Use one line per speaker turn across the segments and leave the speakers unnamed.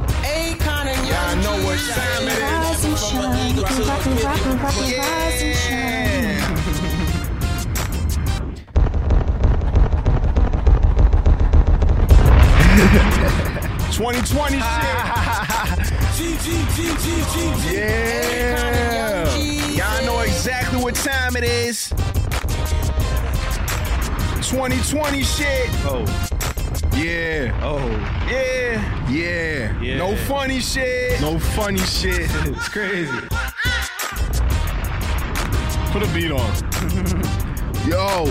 Yeah, I know what time it is.
Rise and shine. You can rock and rock and rock and rise and shine.
Twenty twenty shit. yeah. Y'all know exactly what time it is. Twenty twenty shit.
Oh,
Yeah.
oh,
Yeah. Yeah.
Yeah.
No funny shit. No funny shit.
it's crazy.
Put a beat on. Yo.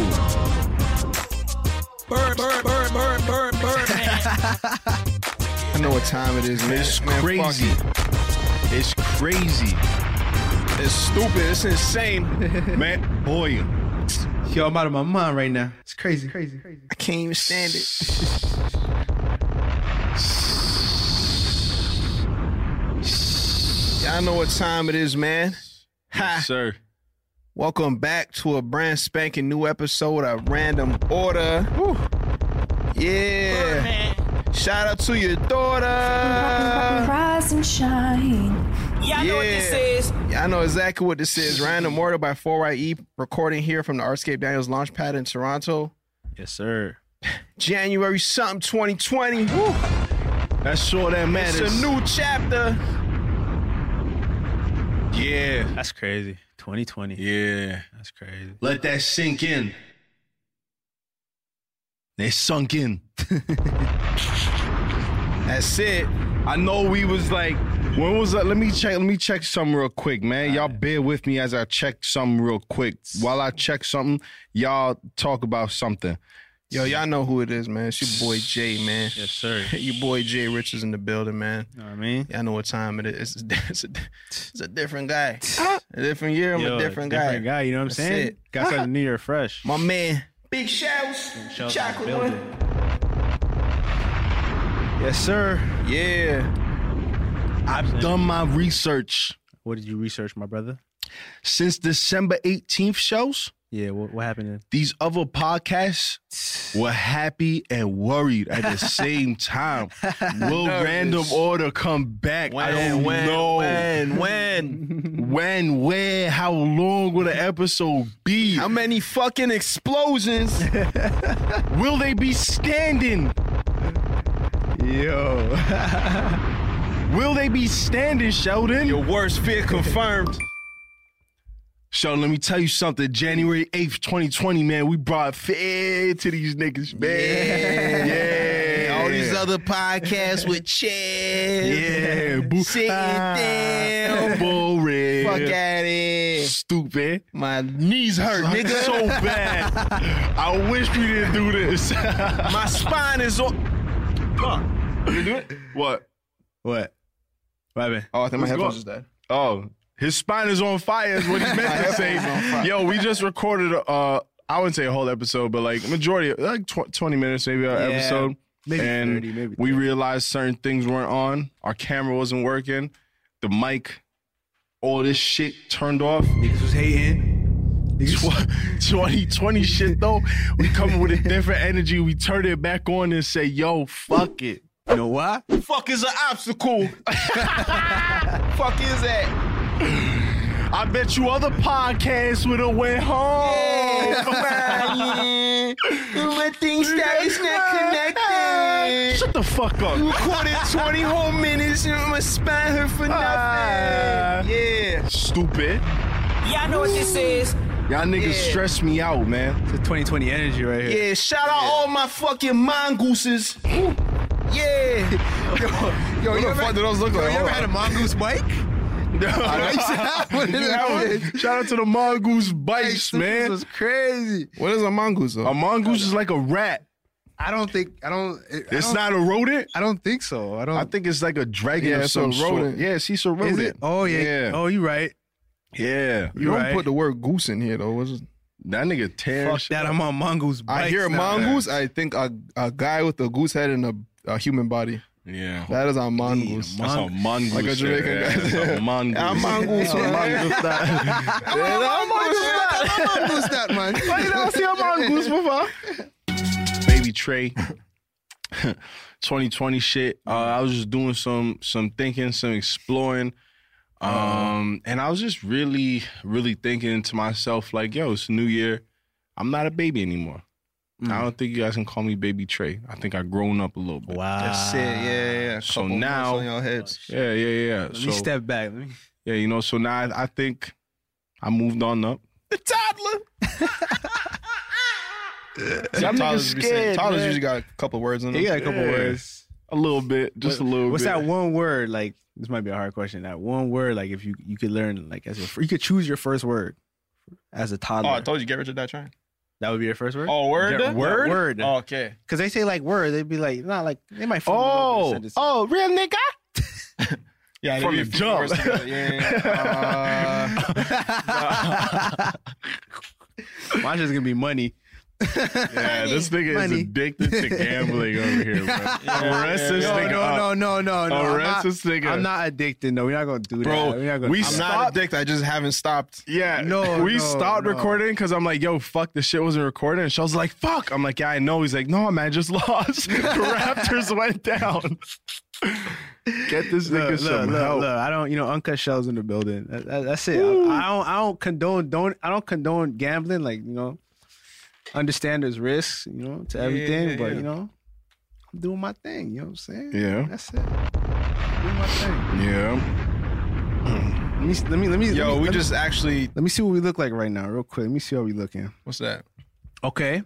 Bird, bird, bird, bird, bird, bird.
I know what time it is, man.
It's
Man, fuck
crazy.
it.
It's crazy.
It's stupid. It's insane. man, boy.
Yo, I'm out of my mind right now. It's crazy, crazy, crazy.
I can't even stand it. Y'all know what time it is, man. Ha!
Sir.
Welcome back to a brand spanking new episode of Random Order. Woo. Yeah.
Man.
Shout out to your
Rock and rock and
daughter.
rise and shine.
Y'all know what
Yeah.
this is.
Yeah, I know exactly what this is. Random Order by 4YE, recording here from the Artscape Daniels Launchpad in Toronto.
Yes, sir.
January something 2020. Woo.
That's sure that matters.
It's a new chapter. Yeah.
That's crazy. 2020.
Yeah.
That's crazy.
Let that sink in.
They sunk in.
That's it.
I know we was like,
When was that? Let me check. Let me check something real quick, man. Y'all bear with me as I check something real quick. While I check something, y'all talk about something. Yo, y'all know who it is, man. It's your boy Jay, man.
yes, sir.
Your boy Jay Rich is in the building, man.
You know what I mean?
Y'all know what time it is. It's, it's, a, it's a different guy. A different year. I'm
Yo,
a different,
Different guy, you know what I'm
That's
saying?
it.
Got something new year fresh.
My man. Big
Shouts
shouts.
to the building. Yes, sir.
Yeah.
I've
Done my research.
What did you research, my brother?
Since December 18th shows,
Yeah, what, what happened?
these other podcasts were happy and worried at the same time. Will
Nervous.
random order come back? I don't know.
when,
when, when, where, how long will the episode be? How many fucking explosions will they be standing?
Yo.
Will they be standing, Sheldon?
Your worst fear confirmed.
Sheldon, let me tell you something. January 8th, 2020, man, we brought fear to these niggas, man. Yeah. All these other podcasts with chairs. Yeah. Boo. Sitting down. Boring. Fuck at it. Stupid. My knees hurt, nigga. So bad. I wish we didn't do this. My spine is on. You do it? What?
What? What happened?
Oh, I think my
headphones
is
is
dead. Oh, his spine is on fire is what he meant to say. Yo, we just recorded. Uh, I wouldn't say a whole episode, but like majority, like tw- twenty minutes maybe our
Yeah,
episode.
maybe
and
30, maybe
we
30.
realized certain things weren't on. Our camera wasn't working. The mic, all this shit turned off.
Niggas was hating.
Tw- 2020 shit though. We coming with a different energy. We turn it back on and say, "Yo, fuck it."
You know why?
Fuck is an obstacle. Fuck is that? I bet you other podcasts would have went home. things that is not connected. Shut the fuck up. Recorded 20 whole minutes and I'ma spy her for nothing. yeah. Stupid.
Y'all know what this is.
Y'all niggas
Yeah.
stress me out, man.
It's 2020 energy right here.
Yeah, shout out all my fucking mongooses. Yeah.
Yo,
What the
ever-
fuck do those look
yo,
like?
You
Hold
ever had a
on.
mongoose bike?
I know. You have one? Shout out to the mongoose bites,
This
man.
was crazy.
What is a mongoose?
A mongoose is like a rat.
I don't think I don't. I
It's
don't-
not a rodent.
I don't think so. I don't.
I think it's like a dragon
Yeah,
or
it's a
some rodent.
rodent.
Yeah, she's a
Is
rodent.
it? Oh yeah.
Yeah.
Oh, you right.
Yeah.
you don't
right.
put the word goose in here though. What's it?
That nigga tear
Fuck that. I'm on mongoose bikes.
I hear
now.
mongoose. I think a, a guy with a goose head and a, a human body.
Yeah.
That is a mongoose.
That's a mongoose.
Like a Jamaican
shit.
guy.
Yeah, that's a mongoose.
I'm mongoose. man. I'm mongoose. that, man.
you don't see a mongoose before? Baby Trey. 2020 shit. Uh, I was just doing some some thinking, some exploring. Um, and I was just really, really thinking to myself, like, yo, it's a new year. I'm not a baby anymore.
Mm.
I don't think you guys can call me baby Trey. I think I've grown up a little bit.
Wow.
That's it. Yeah, yeah, yeah.
So
Couple months
now-
on your heads.
Yeah, yeah, yeah.
Let
so,
me step back. Let me.
Yeah, you know, so now I, I think I moved on up.
The toddler.
Y'all niggas scared. Toddlers
man.
usually got a couple words in them.
You got a couple
Yeah.
words.
A little bit, just a little
What's
bit.
that one word? Like this might be a hard question. That one word, like if you you could learn like as your fir- you could choose your first word as a
Oh,
toddler.
I told you, get rid of that train.
that would be your first word.
Oh, word?
Yeah, word?
Word. Oh, okay.
Because they say like word, they'd be like not like they might. flip it over
Oh,
and send it to-
oh, real nigga.
Yeah,
From
that'd
the
be first
jump.
thing. Yeah. yeah, yeah. Uh,
Oh.
Mine's just gonna be money.
Yeah, this nigga
Money.
is addicted to gambling over here, bro. Arrest this
No,
nigga up.
no, no, no, no, no. I'm
Arrest
not,
Oh, this nigga.
I'm not addicted. No, we're not gonna do
Bro,
that. We're not gonna
we
do
I'm
that.
not
Stop.
addicted. I just haven't stopped.
Yeah,
No,
we
no,
stopped
no.
recording because I'm like, yo, fuck, this shit wasn't recording. And Shaw's like, fuck. I'm like, yeah, I know. He's like, no, man, I just lost. the Raptors went down. Get this nigga
Look,
some
look, look,
help.
look, I don't, you know, uncut shells in the building. That, that- that's it. I, I don't, I don't condone, don't, I don't condone gambling. Like you know, understand there's risks, you know, to everything.
yeah,
but
yeah.
you know, I'm doing my thing. You know what I'm saying?
Yeah,
That's it. Doing my thing.
yeah.
Let me, let me, let me. let
Yo,
me,
we
let me-
just actually.
Let me see what we look like right now, real quick. Let me see how we looking.
What's that?
Okay.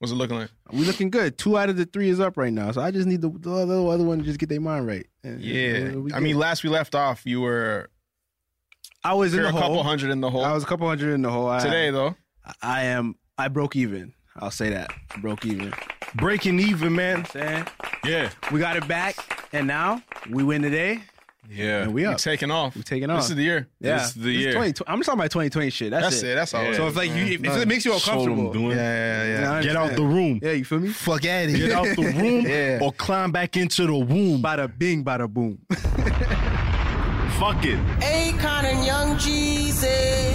What's it looking like?
We looking good. Two out of the three is up right now, so I just need the, the other other one to just get their mind right. And-
Yeah.
and we
I
good.
mean, last we left off, you were,
I was
you
in
were
the
a couple
hole.
hundred in the hole.
I was a couple hundred in the hole. I-
Today, though.
I am. I broke even. I'll say that. I broke even.
Breaking even, man.
Saying
Yeah.
we got it back, and now we win today.
Yeah.
And we up.
taking off.
We taking off.
This is the year.
Yeah,
This is the
This is
year.
2020 I'm talking about 2020 shit. That's,
That's it. That's all.
Yeah.
so if like you, if, if it makes you
Show 'em
uncomfortable,
doing.
Yeah, yeah, yeah.
Yeah, I
Get out
understand.
the room.
yeah, you feel me?
Fuck out of
Get
here.
out the room
Yeah.
or climb back into the womb.
Bada bing, bada boom.
Fuck it.
Akon and Young Jesus.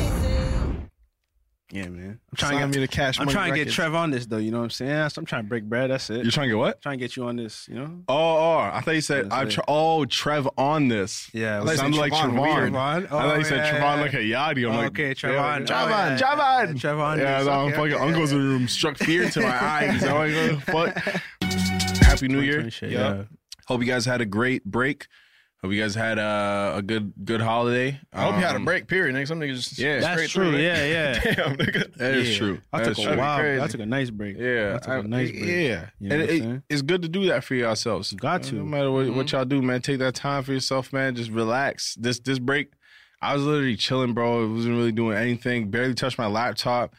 yeah, man. I'm
Sign
trying to
me
get.
the cash.
I'm
Money
trying to get
Records.
Trev on this though. You know what I'm saying? That's- I'm trying to break bread. That's it.
You're trying to get what?
trying to get you on this. You know?
Oh, oh, I thought you said
That's
I
it.
tr- oh Trev on this.
Yeah,
it
I
sounded
thought
like
you said
Trevon.
Trevon.
Trevon?
I thought
Oh,
you said
yeah,
Trevon
yeah,
like a Yadi. I'm like,
okay, Trevon.
yeah,
Alright.
Trevon,
Trevon
Yeah,
this,
no, I'm
okay,
fucking
okay,
uncle's in the room struck fear to my eyes. Is that what I'm gonna- fuck? Happy New Year.
2020 shit,
Yup. Hope you guys had a great break. Hope you guys had uh, a good good holiday.
I hope you had a
Um,
break, period. Nigga, some niggas just.
Yeah.
That's
straight
true.
through it.
Yeah, yeah.
Damn, nigga.
That is
Yeah.
true.
I
That
took
is
a
true.
while.
crazy.
I took a nice break.
Yeah,
I took a
I-
nice break.
yeah.
You know
and
what I'm
it-
saying?
it's good to do that for yourselves.
Got
No
to.
matter what, what y'all do, man, take that time for yourself, man. Just relax. This this break, I was literally chilling, bro. I wasn't really doing anything. Barely touched my laptop.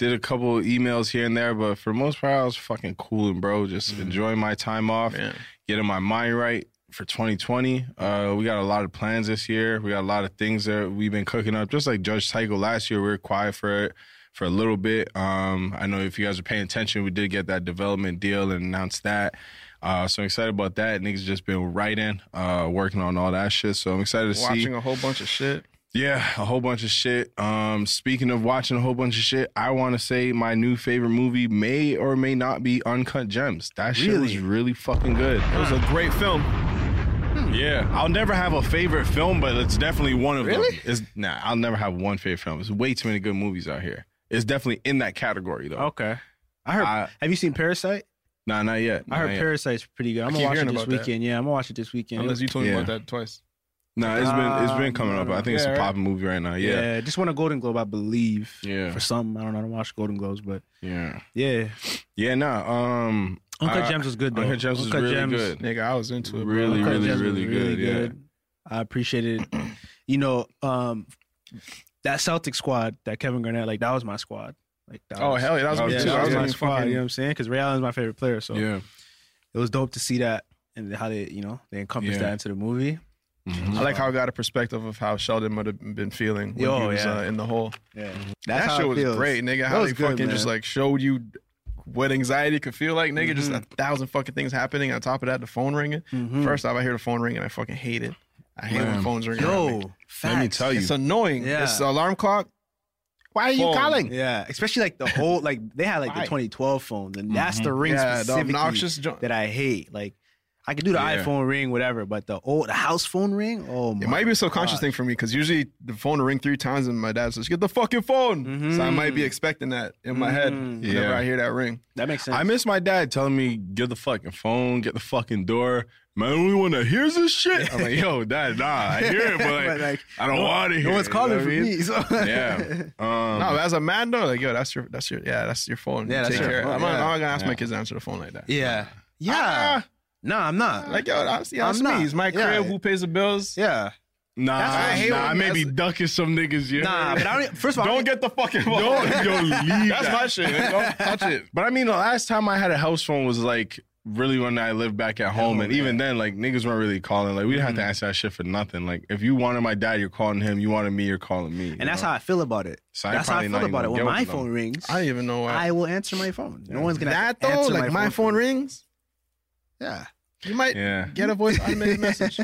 Did a couple of emails here and there, but for the most part, I was fucking cooling, bro. Just enjoying my time off,
Man.
getting my mind right for 2020. Uh, we got a lot of plans this year. We got a lot of things that we've been cooking up. Just like Judge Tycho last year, we were quiet for it for a little bit. Um, I know if you guys are paying attention, we did get that development deal and announced that. Uh, so I'm excited about that. Niggas just been writing, uh, working on all that shit. So I'm excited to see.
Watching a whole bunch of shit.
Yeah, a whole bunch of shit. Um, speaking of watching a whole bunch of shit, I want to say my new favorite movie may or may not be Uncut Gems. That shit was
Really?
really fucking good.
It was a great film.
Yeah, I'll never have a favorite film, but it's definitely one of
Really?
them. It's, nah, I'll never have one favorite film. There's way too many good movies out here. It's definitely in that category though.
Okay. I heard.
I-
have you seen Parasite?
Nah, not yet.
I heard
not yet.
Parasite's pretty good. I'm
keep
gonna watch it
hearing
this
about that.
weekend. Yeah, I'm gonna watch it this weekend.
Unless you told me
Yeah.
about that twice.
Nah, it's been it's been
Um,
coming up. I think it's
yeah,
a
right?
popping movie right now.
Yeah.
Yeah,
just won a Golden Globe, I believe.
Yeah.
For something, I don't know. I don't watch Golden Globes, but
yeah,
yeah.
yeah. Nah, um,
Uncut
I-
Gems was good though.
Uncut Gems was
Uncut
really
Gems,
good.
Nigga, I was into it. bro.
Really,
Uncut
really,
Gems was
really good. yeah.
I appreciated, you know, um, that Celtic squad that Kevin Garnett, like that was my squad. Like that
Oh
was,
hell yeah, that was
Oh,
me
yeah,
too.
that
I
was
was
my
in
squad.
fucking-
You know what I'm saying? Because Ray Allen's my favorite player, so
yeah.
it was dope to see that and how they, you know, they encompassed
Yeah.
that into the movie.
Mm-hmm.
I like how I got a perspective of how Sheldon would have been feeling when
Yo,
he was
yeah.
uh, in the hole.
Yeah,
that shit was great, nigga. How
was
they
good,
fucking just
man.
like showed you what anxiety could feel like, nigga.
Mm-hmm.
Just a thousand fucking things happening. On top of that, the phone ringing.
Mm.
First off, I hear the phone ringing. I fucking hate it. I hate
Man.
when phones ring. around me.
Yo,
Let me
facts.
tell you.
it's annoying.
Yeah.
It's the alarm clock. Why are you
Phone.
calling?
Yeah, especially like the whole like they had like the
Why?
2012 phones, and that's the ring
Yeah, the
specifically
obnoxious joint.
that I hate. Like I could do the
Yeah.
iPhone ring, whatever, but the old the house phone ring. Oh, my
It might be a subconscious
God.
thing for me because usually the phone will ring three times and my dad says, "Get the fucking phone."
Mm-hmm.
So I might be
Mm.
expecting that in my head
Mhm.
whenever
Yeah.
I hear that ring.
That makes sense.
I miss my dad telling me, get the fucking phone, get the fucking door. Man, only one that hears this shit. I'm like, yo, dad, nah, I hear it, but like,
But, like,
I don't want to hear
no one's
it. you know
calling
what
for
I mean?
me. So.
Yeah. Um,
No, but as a man though, like yo, that's your, that's your, yeah, that's your phone.
Yeah, that's
Take
your
care.
phone,
I'm, not,
yeah.
I'm not gonna ask
Yeah.
my kids to answer the phone like that.
yeah, yeah.
Ah,
no, I'm not.
like yo, that's, yeah,
I'm
that's
not.
me. It's my crib.
Yeah.
Who pays the bills?
yeah,
nah,
That's what I hate
nah, I
when-
may be
that's-
ducking some niggas. Yeah.
nah. But I don't. e, First of all,
Don't get the fucking phone.
Don't- don't leave
that's
that.
my shit. man. Don't touch it.
But I mean, the last time I had a house phone was like really when I lived back at home, and even then, like niggas weren't really calling. Like we didn't have
Mm-hmm.
to answer that shit for nothing. Like if you wanted my dad, you're calling him. You wanted me, you're calling me.
and that's how I feel about it.
So I
that's how
probably
I
not
feel
even
about it.
gonna
When
get
my
with them.
phone rings,
I don't even know why.
I will answer my phone. No one's gonna
that though,
answer
like my
for
phone
me.
rings.
Yeah,
You might
Yeah.
get a voice automated message.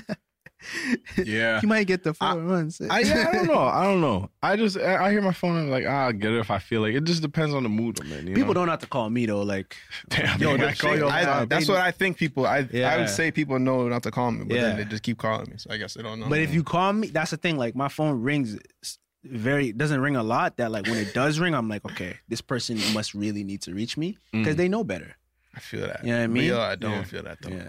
Yeah.
you might get the phone once.
I, yeah, I don't know. I don't know. I just I I hear my phone. I'm like, ah, I'll get it if I feel like it. Just depends on the mood I'm in. you
People
know?
don't have to call me though. Like,
Damn,
Yo,
man,
that
I
call
shit.
your-
I-
Yeah.
that's what I think. People, I I
Yeah.
would say people know not to call me, but
Yeah.
then they just keep calling me. So I guess they don't know.
but if you call me, that's the thing. Like, my phone rings s- very doesn't ring a lot. That like when it does ring, I'm like, okay, this person must really need to reach me because
Mm.
they know better.
I feel that.
You know what I
But
mean?
Yo, I don't
Yeah.
feel that though.
Yeah.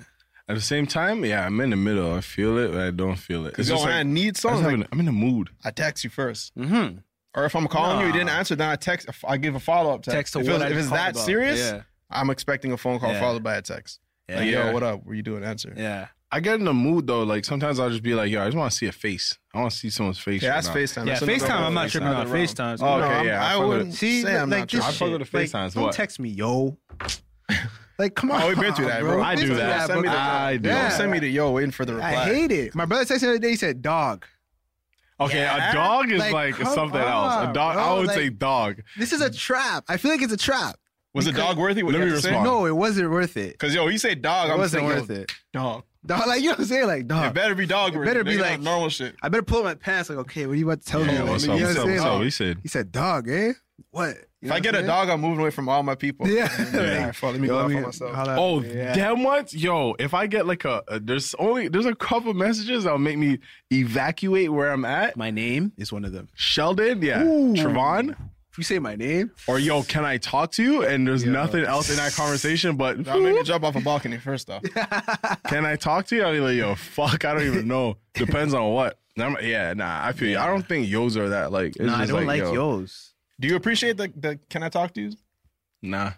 At the same time, yeah, I'm in the middle. I feel it, but I don't feel it. It's
Because yo,
just
when
like,
I need
I just
something,
have
like,
an- I'm in a mood.
I text you first.
Mm-hmm.
Or if I'm calling you, you didn't answer, then I text. I give a follow up text.
Text to
if
what
it's,
I
if it's
called
that
about.
serious,
Yeah.
I'm expecting a phone call
Yeah.
followed by a text.
Yeah.
Like,
Yeah.
yo, what up? Were you doing? Answer. Yeah,
Yeah.
I get in a mood though. Like sometimes I'll just be like, yo, I just want to see a face. I want to see someone's face. right
that's
now.
FaceTime.
Yeah,
That's another
FaceTime,
whole
I'm not
FaceTime.
tripping on
Another round.
FaceTime.
Oh,
No,
okay,
I'm-
yeah.
I
fuck with
wouldn't
it.
See,
say I'm
like this
not tripping.
I fuck with
shit.
the
Like,
FaceTimes,
don't
what?
text me, yo. Like, come on.
Oh, we've been through that, bro.
I
We've
do
been through
that.
Send me the-
I do.
Don't
Yeah.
send me the yo waiting for the reply.
I hate it. My brother texted me the other day. He said, "Dog,
Okay,
Yeah.
a dog is
Like,
like,
come
something else. A
on,
dog. I
bro,
would
like-
say dog.
this is a trap. I feel like it's a trap.
Was the dog worthy? What
Let
you
me
have to say?
respond.
No, it wasn't worth it.
Cause yo, you say dog,
It
I'm
wasn't
saying
worth
yo,
it.
Dog.
Dog, like you know what I'm saying? Like, dog.
It better be dog.
It
worthy.
better be
Nigga, not
like-
normal shit.
I better pull up my pants. Like, okay, what are you about to tell me?
Yeah,
Like,
Oh, what's
you
up?
know
What's
what
up?
I'm
What's
saying?
up?
Like,
He said.
He said, dog, eh? What? You
If
know
I
what
get
I'm
a dog, I'm moving away from all my people.
saying?
All
yeah.
right, fuck, let me
Yo,
go
let
out
me
for myself.
holla at-
Oh,
yeah.
damn what? Yo, if I get like a, a there's only there's a couple messages that'll make me evacuate where I'm at.
My name is one of them.
Sheldon, yeah,
Ooh.
Trevon,
If you say my name,
or yo, can I talk to you? And there's nothing else in that conversation but
I'll make me jump off a balcony first off.
can I talk to you? I'll be like, yo, fuck, I don't even know. Depends on what. And I'm- yeah, nah, I feel you. I don't think yos are that like. It's
nah, I
just
don't like,
yo,
yo's.
Do you appreciate the, the can I talk to you?
Nah,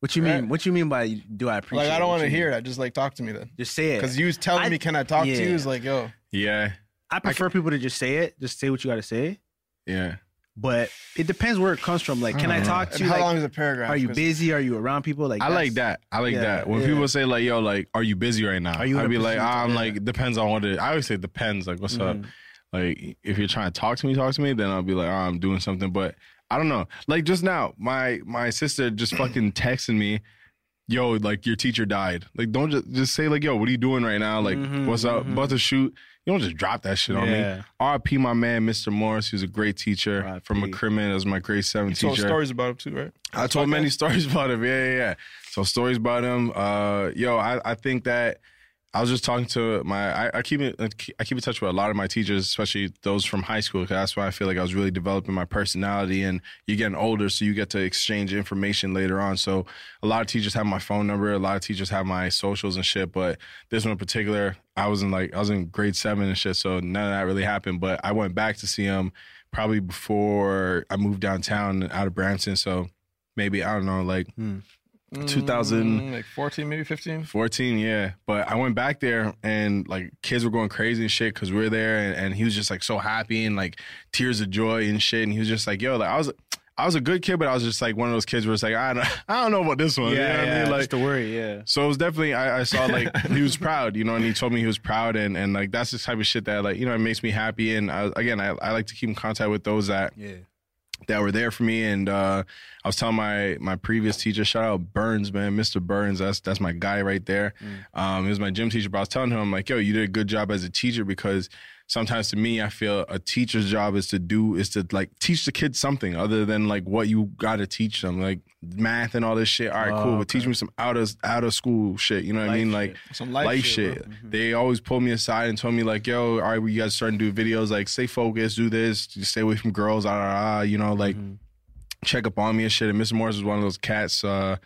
What you
Right.
mean? What you mean by do I appreciate?
Like I don't
what
want to
you
hear
mean?
that. Just like talk to me then.
Just say it.
Cause you was telling
I-
me can I talk to
yeah.
you is like yo.
yeah,
I prefer people to just say it. Just say what you got to say.
yeah.
But it depends where it comes from. Like, can I talk to
And
you?
how
Like,
long is a paragraph?
are you
'Cause
busy? Are you around people? Like,
I like
that's-
that. I like
yeah,
that. When
yeah.
people say like, "Yo, like, are you busy right now?"
Are you in
I'd
a
be like, "Ah,
position to- Mm-hmm.
"I'm
yeah.
like, depends on what it." I always say depends. Like, what's up? Like, if you're trying to talk to me, talk to me. Then I'll be like, oh, "I'm doing something," but I don't know. Like just now, my my sister just fucking texted me. Yo, like your teacher died. Like, don't just just say like, "Yo, what are you doing right now?" Like, what's up? About to shoot. You don't just drop that shit on
Mm-hmm, Yeah.
me. R.P. My man, Mr. Morris. He was a great teacher from
R.I.P..
McCrimmon. As my grade seven
Told
teacher.
stories about him too, right?
I told many stories about him. Yeah, yeah, yeah. So stories about him. Uh, yo, I, I think that I was just talking to my. I, I keep in- I keep in touch with a lot of my teachers, especially those from high school. 'cause that's why I feel like I was really developing my personality. And you're getting older, so you get to exchange information later on. So a lot of teachers have my phone number. A lot of teachers have my socials and shit. But this one in particular, I was in like I was in grade seven and shit. So none of that really happened. But I went back to see him probably before I moved downtown out of Brampton. So maybe I don't know, like 2000
Mm, like 14, maybe 15.
14, yeah. But I went back there and like kids were going crazy and shit because we are there and, and he was just like so happy and like tears of joy and shit. And he was just like, yo, like I was I was a good kid, but I was just like one of those kids where it's like, I don't, I don't know about this one. you know what I mean? Like,
just the worry, yeah.
so it was definitely I, I saw like he was proud, you know, and he told me he was proud, and and like that's the type of shit that like you know it makes me happy, and I, again I, I like to keep in contact with those that yeah. that were there for me, and uh, I was telling my my previous teacher, shout out Burns, man, Mr. Burns, that's that's my guy right there. Um, he was my gym teacher, but I was telling him I'm like, yo, you did a good job as a teacher because. Sometimes to me, I feel a teacher's job is to do is to like teach the kids something other than like what you got to teach them, like math and all this shit. All right, cool, but teach me some out of out of school shit. You know what I mean? Like
Some
life,
life
shit. Mm-hmm.
shit,
They always pulled me aside and told me like, "Yo, all right, well, you guys starting to do videos. Like, stay focused, do this, just stay away from girls. Ah, ah, ah, you know, like, check up on me and shit." And Mr. Morris was one of those cats. Uh,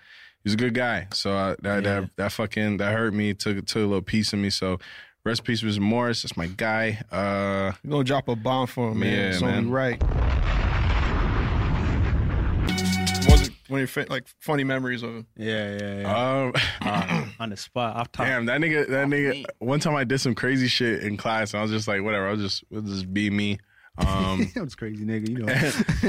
he's a good guy. So uh, that that that fucking that hurt me. Took took a little piece of me. So. Rest in peace, Mr. Morris. That's my guy. Uh,
We're going to drop a bomb for him, man.
Yeah,
it's only
man.
right. Was it one of your fa- like funny memories of him?
Yeah, yeah, yeah.
um,
On the spot, off top.
Damn, that nigga, that nigga. One time I did some crazy shit in class, and I was just like, whatever. I'll just, we'll just be me. Um,
That was crazy, nigga. You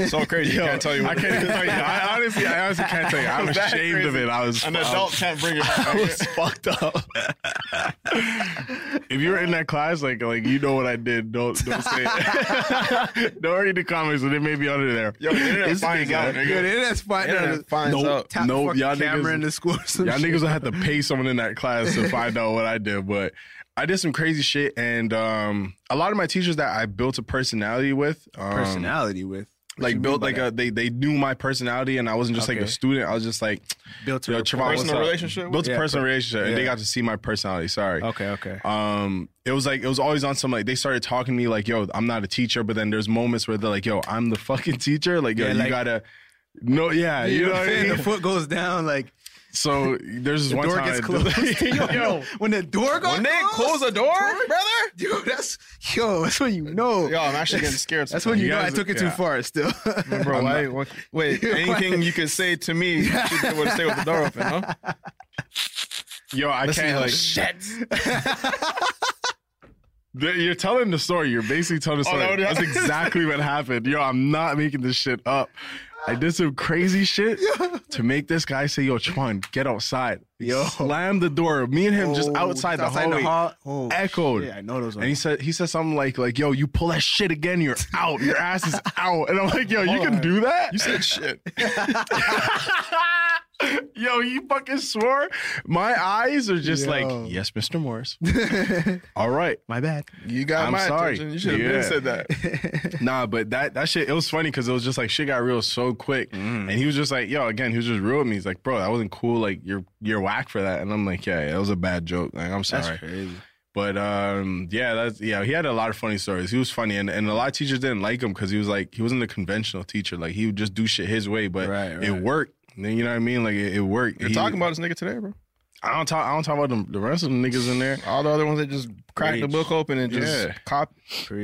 know.
So crazy.
yo,
I can't tell you.
I
What
can't tell you. I honestly, I honestly can't tell you. I was
That
ashamed of
crazy.
it. I was
An
I was-
adult can't bring it back.
I was fucked up. if you were in that class, like like you know what I did, don't don't say it. don't read the comments, and it may be under there.
Yo, the internet finds out, nigga.
Yo, the internet's fine.
Internet finds out.
Tap
Nope,
nope,
y'all
y'all camera
niggas-
in the school. Or some
Y'all
shit.
niggas will have to pay someone in that class to find out what I did, but I did some crazy shit, and um, a lot of my teachers that I built a personality with, um,
personality with What you
like
mean
built
by
like
that?
a they they knew my personality, and I wasn't just like
Okay.
a student. I was just like
built to
yo,
rapport.
Trevon, what's
Personal
up?
relationship with-
built a
Yeah,
personal
per-
relationship, and they
yeah.
got to see my personality. Sorry,
Okay, okay.
um, it was like it was always on some like they started talking to me like, "Yo, I'm not a teacher," but then there's moments where they're like, "Yo, I'm the fucking teacher." Like, yo,
Yeah,
you
like-
gotta. No, yeah, you, know, what I
The
mean?
foot goes down like
So there's this
the
one
door
time
gets closed. yo, when the door goes
When they close the door, brother.
Yo, that's yo. That's when you know.
Yo, I'm actually getting scared.
that's when you,
You
know
guys-
I took it
yeah.
too far. Still,
Bro, why, what, wait, anything you can say to me, you should be able to say with the door open, huh?
Yo, I
Listen,
can't like.
shit.
Th- You're telling the story. You're basically telling the
Oh,
story.
that would-
That's exactly what happened. Yo, I'm not making this shit up. I did some crazy shit to make this guy say, "Yo, Chwan, get outside." Yo, slam the door. Me and him just outside, the hallway.
Oh,
Echoed.
shit, I know those
And he
ones.
said he said something like like yo you pull that shit again you're out your ass is out and I'm like yo you can do that you said shit yo you fucking swore my eyes are just
Yo.
like yes Mr Morris all right
My bad.
You got
I'm
my
sorry.
attention. You should have
Yeah.
been said that.
Nah, but that that shit it was funny because it was just like shit got real so quick, and he was just like, "Yo, again, he was just real with me." He's like, "Bro, that wasn't cool. Like, you're you're whack for that." And I'm like, "Yeah, yeah, that was a bad joke. Like, I'm sorry."
crazy.
But um, yeah, that's yeah. He had a lot of funny stories. He was funny, and, and a lot of teachers didn't like him because he was like he wasn't a conventional teacher. Like he would just do shit his way, but
Right,
it
right.
worked. You know what I mean? Like it, it worked.
You're
He-
talking about this nigga today, bro.
I don't talk. I don't talk about the, the rest of the niggas in there.
All the other ones that just cracked the
Preach.
book open and just
Yeah.
cop.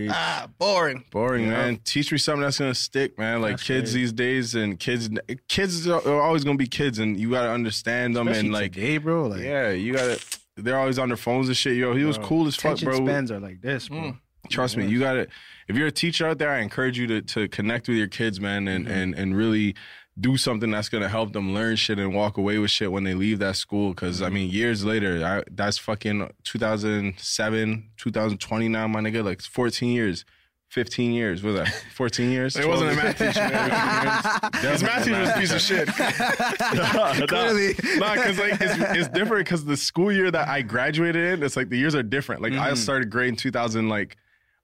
Ah, boring.
Boring, man. Teach me something that's gonna stick, man. Like kids these days, and kids, kids are are always gonna be kids, and you gotta understand them. and like,
hey, bro, like
yeah, you gotta. They're always on their phones and shit. Yo, he was cool as fuck,
attention
bro. Mm.
spans are like this, bro.
Trust me, you gotta. If you're a teacher out there, I encourage you to to connect with your kids, man, and
Mm-hmm.
and and really do something that's gonna help them learn shit and walk away with shit when they leave that school. Because
Mm-hmm.
I mean, years later, I, that's fucking 2007, 2020 now, my nigga. Like 14 years. 15 years was that 14 years
It wasn't a math teacher.
his
math teacher was a piece of shit.
Clearly.
nah, because like it's, it's different because the school year that I graduated in, it's like the years are different. Like
Mm-hmm.
I started grade in 2000, like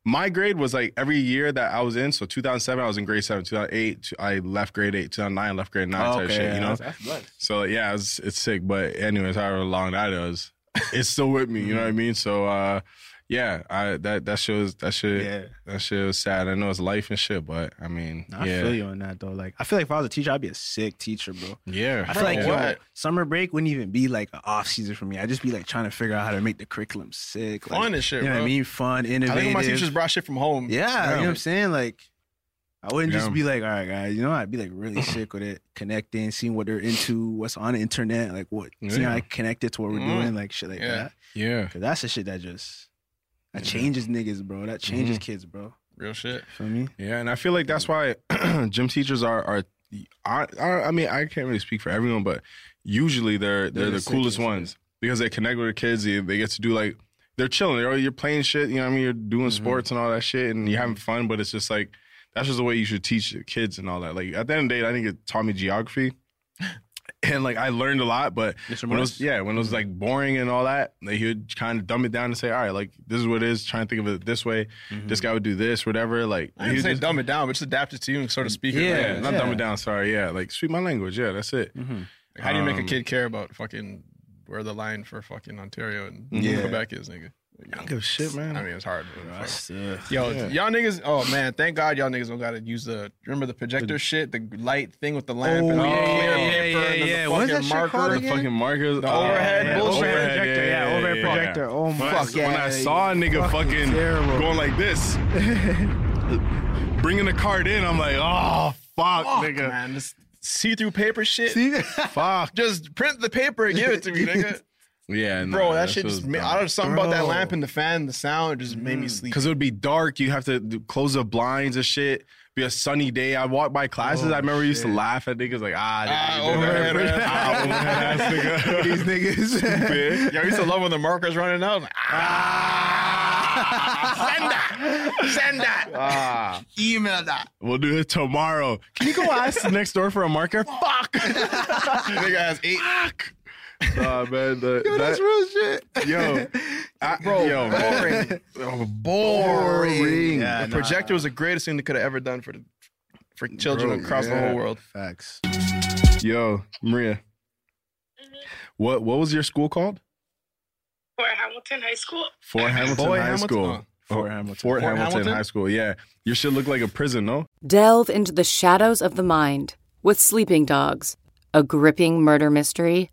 my grade was like every year that I was in. So 2007, I was in grade seven. 2008, t- I left grade eight. 2009, left grade nine. type shit, you know.
that's blood.
So yeah, it's it's sick. But anyways, however long that is. it's still with me. You know what I
Mm-hmm.
mean? So uh, yeah, I that that shit was that shit that shit was sad. I know it's life and shit, but I mean,
I
yeah,
feel you on that though. Like I feel like if I was a teacher, I'd be a sick teacher, bro.
yeah.
I feel like
yeah.
yo, summer break wouldn't even be like an off season for me. I'd just be like trying to figure out how to make the curriculum sick, like,
Fun and shit,
You know what I
bro.
mean? Fun,
I
innovative.
think my teachers brought shit from home.
yeah, you know what I'm saying. Like I wouldn't
Yeah.
just be like, all right, guys, you know, I'd be like really sick with it, connecting, seeing what they're into, what's on the internet, like what, seeing how
Yeah.
I connect it to what we're
Mm.
doing, like shit like
Yeah.
that.
yeah.
Cause that's the shit that just that changes niggas, bro. That changes
Mm-hmm.
kids, bro.
Real shit.
Feel me?
Yeah, and I feel like that's why gym teachers are are. I, I I mean I can't really speak for everyone, but usually they're they're, the
the
coolest
sickest,
ones because they connect with the kids. They, they get to do like they're chilling. They're you're playing shit. You know what I mean? You're doing
Mm-hmm.
sports and all that shit, and you're having fun. But it's just like that's just the way you should teach the kids and all that. Like at the end of the day, I think it taught me geography, and like I learned a lot. But when it was, yeah, when it was like boring and all that, like, he would kind of dumb it down and say, "All right, like this is what it is. Trying to think of it this way. This guy would do this, whatever." Like
Mm-hmm. I didn't
he
say
just-
dumb it down, but just adapt it to you and sort of speak it.
yeah,
Like,
not dumb it down. Sorry, yeah, like speak my language. Yeah, that's it.
like, how do you make a
Um,
kid care about fucking where the line for fucking Ontario and
Yeah.
Quebec is, nigga? Like,
I don't give a shit, man.
I mean, it's hard. but fuck.
yeah.
Yo,
Yeah.
y'all niggas. Oh man, thank God y'all niggas don't gotta use the. Remember the projector shit, the light thing with the lamp and
Oh,
the
yeah,
clear
yeah, yeah,
paper and then
yeah.
the
What is
fucking
that shit
marker.
called
the
again?
fucking markers, the
overhead bullshit.
Overhead projector, yeah, overhead projector. Oh
When I-
my
When I
God.
saw a nigga
Fucking
fucking
terrible.
going like this, bringing the card in, I'm like, oh fuck,
Fuck,
nigga,
man, this see-through paper shit.
fuck.
Just print the paper and give it to me, nigga.
Yeah,
Bro, that shit just. ma- I don't know something about that
Bro. Mm.
lamp and the fan, the sound. It just made me sleep.
because it would be dark. You have to do, close the blinds and shit. Be a sunny day. I walked by classes. I remember we used to laugh at niggas like ah,
Oh, Ah,
nigga,
overhead,
overhead,
ass.
ah, overhead ass nigga.
These niggas.
Bitch.
Yo, I used to love when the marker's running out. I was like, ah,
Send that.
Ah,
Email that.
we'll do it tomorrow. Can you go ask next door for a marker? Fuck.
nigga has eight.
Fuck. Nah, man. The,
Yo, that's
that-
real shit.
yo, I, bro, yo, boring. boring.
Boring.
Yeah,
the
nah.
projector was the greatest thing they could have ever done for the, for children
Bro,
across the
yeah.
whole world.
Facts.
Yo, Maria.
Mm-hmm.
What what was your school called?
for Hamilton High School.
Fort Hamilton
Boy
High
Hamilton.
School. Oh,
Fort Hamilton.
Fort,
Fort
Hamilton,
Hamilton?
High School. Yeah, your shit looked like a prison, no?
Delve into the shadows of the mind with Sleeping Dogs, a gripping murder mystery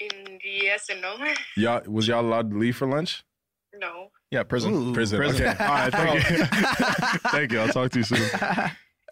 In yes and no?
Y'all was y'all allowed to leave for lunch?
No.
Yeah, prison.
Ooh.
Prison.
Prison.
Okay. All right. Thank you. thank you. I'll talk to you soon.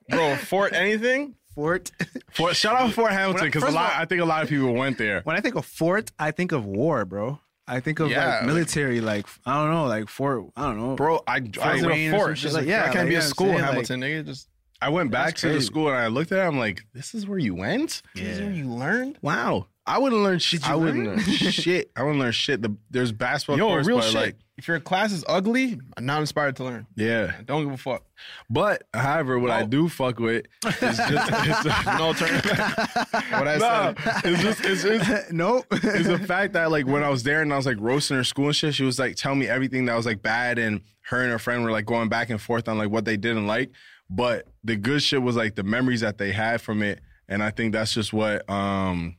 Bro, Fort anything?
Fort.
Fort, shout out Fort Hamilton because a
first of
lot.
all-
I think a lot of people went there.
When I think of fort, I think of war, bro. I think of
Yeah,
like military, like I don't know, like fort. I don't know,
Bro, I
I
I,
was in
Wayne
a
or
fort.
some
It's
shit
just
like-
like,
yeah,
yeah, I can't
like,
be
yeah,
in
I'm
school,
saying, like-
Hamilton, nigga. Just
I went back
That's
to the
crazy.
school and I looked at it. I'm like, this is where you went.
this is where you learned.
Wow. I wouldn't learn shit.
you
I wouldn't
learn?
learn shit. I wouldn't learn shit. The, there's basketball
Yo,
courts,
real
but
shit.
like
If your class is ugly, I'm not inspired to learn.
Yeah.
Don't give a fuck.
But however, what I do fuck with is just it's a,
no alternative.
what I said. It's just it's just
nope.
it's the fact that like when I was there and I was like roasting her school and shit, she was like telling me everything that was like bad, and her and her friend were like going back and forth on like what they didn't like. But the good shit was like the memories that they had from it, and I think that's just what um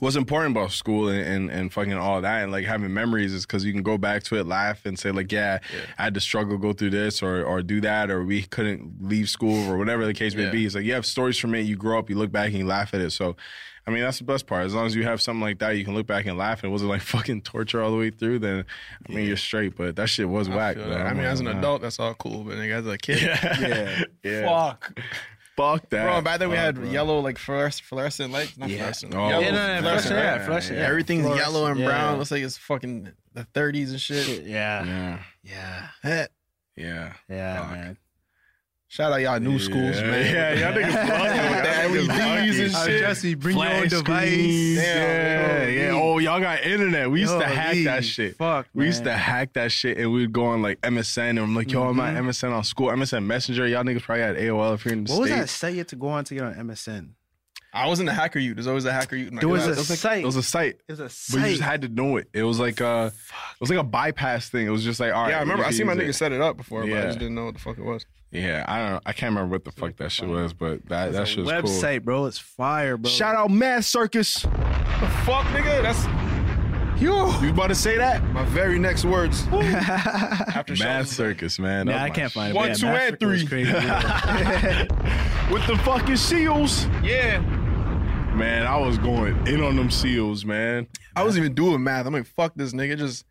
what's important about school and, and, and fucking all that and like having memories is because you can go back to it laugh and say like yeah, i had to struggle go through this or or do that or we couldn't leave school or whatever the case may
Yeah.
be it's like you have stories from it you grow up you look back and you laugh at it so i mean that's the best part as long as you have something like that you can look back and laugh and it wasn't like fucking torture all the way through then i mean you're straight but that shit was whack
feel
bro.
that. I
I'm
mean,
like,
as an
nah.
adult, that's all cool, but nigga, as a kid,
Yeah. Yeah.
fuck.
fuck that
Bro, back then we
Fuck,
had
bro.
yellow, like fluores- fluorescent lights. Not
Yeah.
fluorescent.
Oh.
yellow,
Yeah, no, no, fluorescent, yeah, fluorescent, yeah.
Everything's
Fluores-
yellow and brown.
yeah.
Looks like it's fucking the 30s and shit.
Yeah.
yeah
Yeah.
yeah
Yeah, man.
Shout out y'all new schools, man.
Yeah, y'all niggas
That
fucking with
LEDs E and
Uh,
shit.
Jesse, bring your own
Flash
device.
screens.
Damn,
Yeah, yeah. Oh, y'all got internet. We used to hack
Holy
that shit.
fuck,
we used to
man.
hack that shit, and we'd go on like MSN, and I'm like, yo, I'm on MSN on school, MSN Messenger. Y'all niggas probably had AOL if you're in the
What was that
states.
site you had to go on to get on MSN?
I was in the hacker youth. There's always a hacker youth. in my
There was
class.
a site.
It was a site.
It was a
But you
site.
just had to know it. It was like uh it was like a bypass thing. It was just like all right.
Yeah, I
you
remember. I
can
seen my
use
nigga
it.
set it up before, but I
Yeah.
just didn't know what the fuck it was.
Yeah, I don't. know. I can't remember what the fuck that shit was, but that that shit was cool.
website, bro. It's fire, bro.
Shout out Mad Circus.
The fuck, nigga? That's
You you about to say that?
my very next words. After
Mad Circus, man.
Nah,
That was
I
my
can't find it.
One,
Yeah,
two,
Mass
and
Effect was
three.
crazy, yeah.
with the fucking seals.
Yeah.
Man, I was going in on them seals, man.
I wasn't even doing math. I'm like, fuck this nigga. Just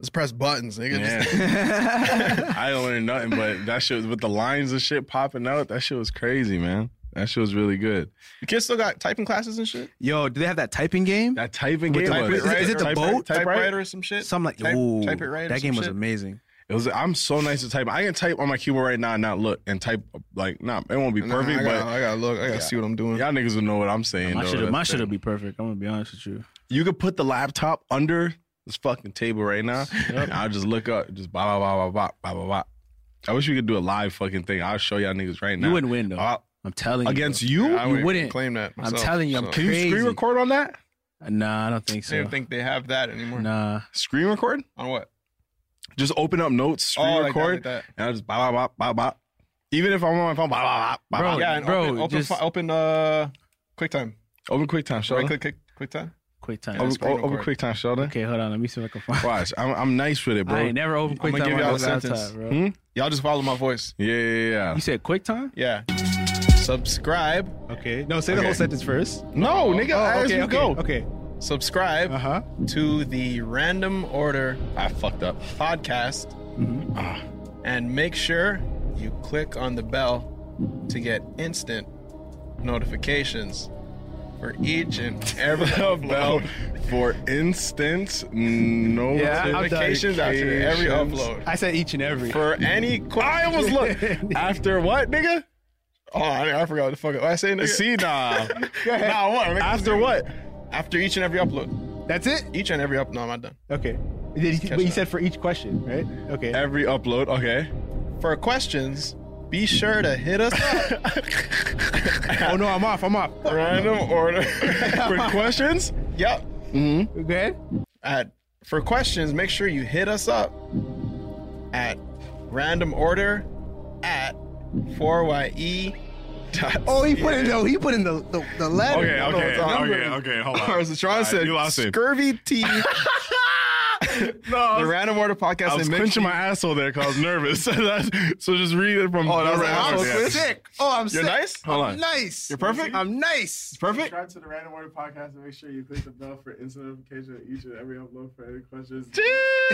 let's press buttons, nigga.
Man.
Just,
I didn't learn nothing, but that shit was with the lines and shit popping out. That shit was crazy, man. That shit was really good.
the kids still got typing classes and shit.
Yo, do they have that typing game?
That typing
With
game
the-
was,
is it- is it the
type-
boat?
typewriter?
Typewriter or some shit.
Something like
Type-
ooh,
type it right or
that
some
game was
shit.
amazing.
It was. I'm so nice to type. I can type on my keyboard right now and not look and type like, nah, it won't be
Nah,
perfect,
I uh, gotta,
but
I gotta look. I gotta see what I'm doing.
y'all niggas will know what I'm saying.
My
though.
should
That's
my
the-
should have be perfect. I'm gonna be honest with you.
You could put the laptop under this fucking table right now. And I'll just look up, just blah, blah, blah, blah, blah, blah, blah, blah. I wish we could do a live fucking thing. I'll show y'all niggas right now.
You wouldn't win though.
I'll-
I'm telling you.
against
bro.
you?
I
You wouldn't.
claim that.
I'm
myself,
telling you, I'm
so.
Can you
Crazy.
screen record on that?
Nah, I don't think
I don't
so.
even think they have that anymore.
Nah.
Screen record?
On what?
Just open up notes, screen
Oh, like that,
record,
like that.
and I'll just blah, blah, blah, blah, blah. Even if I'm on my phone, blah, blah, blah, blah,
Bro,
blah.
yeah, and
bro,
open, open,
just-
fi- open uh, QuickTime.
Open QuickTime,
Right
Sheldon.
click, click, QuickTime.
Quick time.
Open,
screen
open
record.
QuickTime, Sheldon.
Okay, hold on. Let me see if I can find.
Watch, I'm, I'm nice with it, bro.
I ain't never opened
I'ma
QuickTime
give
on
y'all
my
a
laptop,
sentence.
bro.
Hmm?
Y'all just follow my voice.
Yeah, yeah, yeah.
You said QuickTime?
Yeah. Subscribe.
Okay. No, say the
Okay.
whole sentence first.
No, nigga,
Oh,
as
okay,
you
okay,
go.
Okay.
Subscribe
Uh huh.
to the Random Order
I fucked up.
podcast
Mm-hmm.
Ah. and make sure you click on the bell to get instant notifications for each and every
Bell
upload.
for instance no
Yeah, I'm done.
Notifications after every upload.
I said each and every.
For any
I
questions.
almost looked after what, nigga?
Oh, I, I forgot what the fuck. What I say, nigga?
See, nah.
Go ahead. Nah, what?
after what?
After each and every upload.
That's it.
Each and every upload. No, I'm not done.
Okay. Did he-
Catch
but you
up.
said for each question, right? Okay.
Every upload, okay.
For questions, be sure to hit us up.
oh no, I'm off. I'm off.
Random order.
For questions,
yep. Mm-hmm.
Go ahead.
at for questions make sure you hit us up at random order at 4ye dot
Oh, he put in the he put in the the, the letter.
okay,
don't know
okay,
what's on.
okay, okay. Hold on.
or as Sean
All right,
said
you lost it.
scurvy tea
No, I
the
was,
random order podcast
I was
and make
clenching
sure-
my asshole there because I was nervous. so that's- so just read it from.
Oh, that was
right
an
after
asshole
that.
twist?
Sick. Oh, I'm
you're
sick.
nice
Hold on.
Nice.
You're perfect?
I'm nice.
perfect
Subscribe to the Random Word Podcast and make sure you click the bell for instant notification of each and every upload for any questions.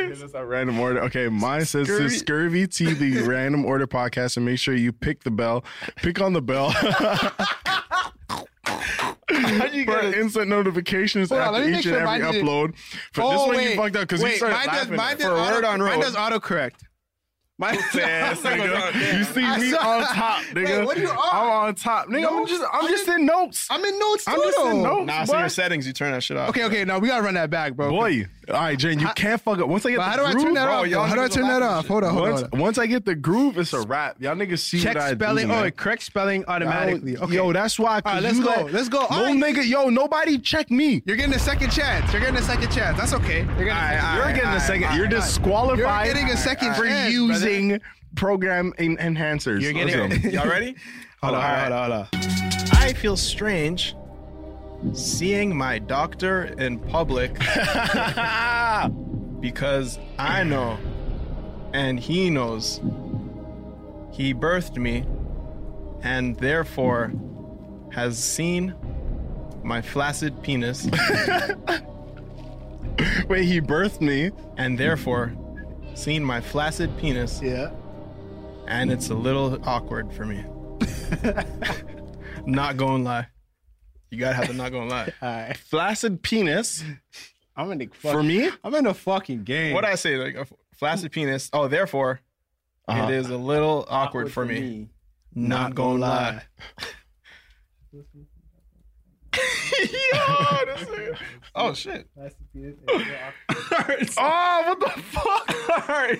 Hit us at random order. Okay, mine says to Scurvy Tea, the random order podcast, and make sure you pick the bell. Pick on the bell. for instant notifications
Hold on, let
after
me make
each and
sure
every
mine did-
upload. For this one, you fucked up because you
Wait,
started
mine does,
laughing
mine
at
does
it.
a
auto,
word on
Mine
road.
does autocorrect. Mine
Yes, nigga. You see
I
me
saw-
on top, nigga.
what are you oh. on?
I'm on top, nigga. I'm
Notes?
just, I'm
I'm
just
in-
in notes.
I'm in notes too.
I'm just in
though.
notes.
nah so your
boy.
settings you turn that shit off
Okay, okay. No, we gotta run that back, bro.
Boy, All right, Jane, you can't fuck up. Once I get
But
the
how do I
groove,
turn that
bro,
off?
y'all
How do I
niggas
turn that
are laughing
off?
shit.
Hold on, hold
Once,
on.
once I get the groove, it's a wrap. Y'all niggas see
Check
what I do,
spelling.
man.
oh, correct spelling automatically.
I don't-
okay.
Yo, that's why. 'cause
All right, let's
you
go.
let-
let's go.
No
All right.
nigga, yo, nobody check me.
You're getting a second chance. You're getting a second chance. That's okay. You're getting,
All right,
a,
you're getting a second. you're disqualified.
You're getting a second
for
chance,
using program en- enhancers.
You're getting
Let's go.
Y'all ready?
Hold on, hold on,
I feel strange seeing my doctor in public because I know and he knows he birthed me and therefore has seen my flaccid penis.
Wait, he birthed me
and therefore seen my flaccid penis.
Yeah.
And it's a little awkward for me. not gonna lie. You gotta have the not gonna lie. Flaccid penis.
I'm in the
for me.
I'm in a fucking game.
What I say, like a f- flaccid penis. Oh, therefore,
Uh-huh.
it is a little awkward, for me. Not, gonna, lie. Yo, this nigga- Oh shit.
Oh, what the fuck? All right.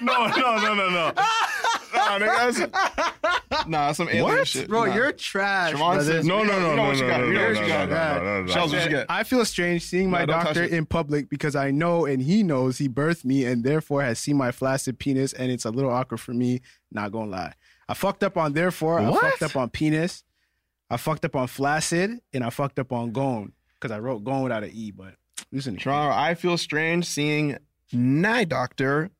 No, no, no, no, no. Nah, nigga, that's,
nah, that's some alien
What?
shit.
Bro,
Nah.
you're
trash.
Siobhan brother. says-
no, no,
You
no,
know
no,
what you
no,
got.
no,
You know
no,
what you
no,
got.
no, no, no, no.
Shells, what you got?
I feel strange seeing my
No, don't touch
doctor
it.
in public because I know and he knows he birthed me and therefore has seen my flaccid penis and it's a little awkward for me. Not gonna lie, I fucked up on therefore.
What?
I fucked up on penis. I fucked up on flaccid and I fucked up on gone because I wrote gone without an e. But listen,
Toronto, I feel strange seeing Nye Doctor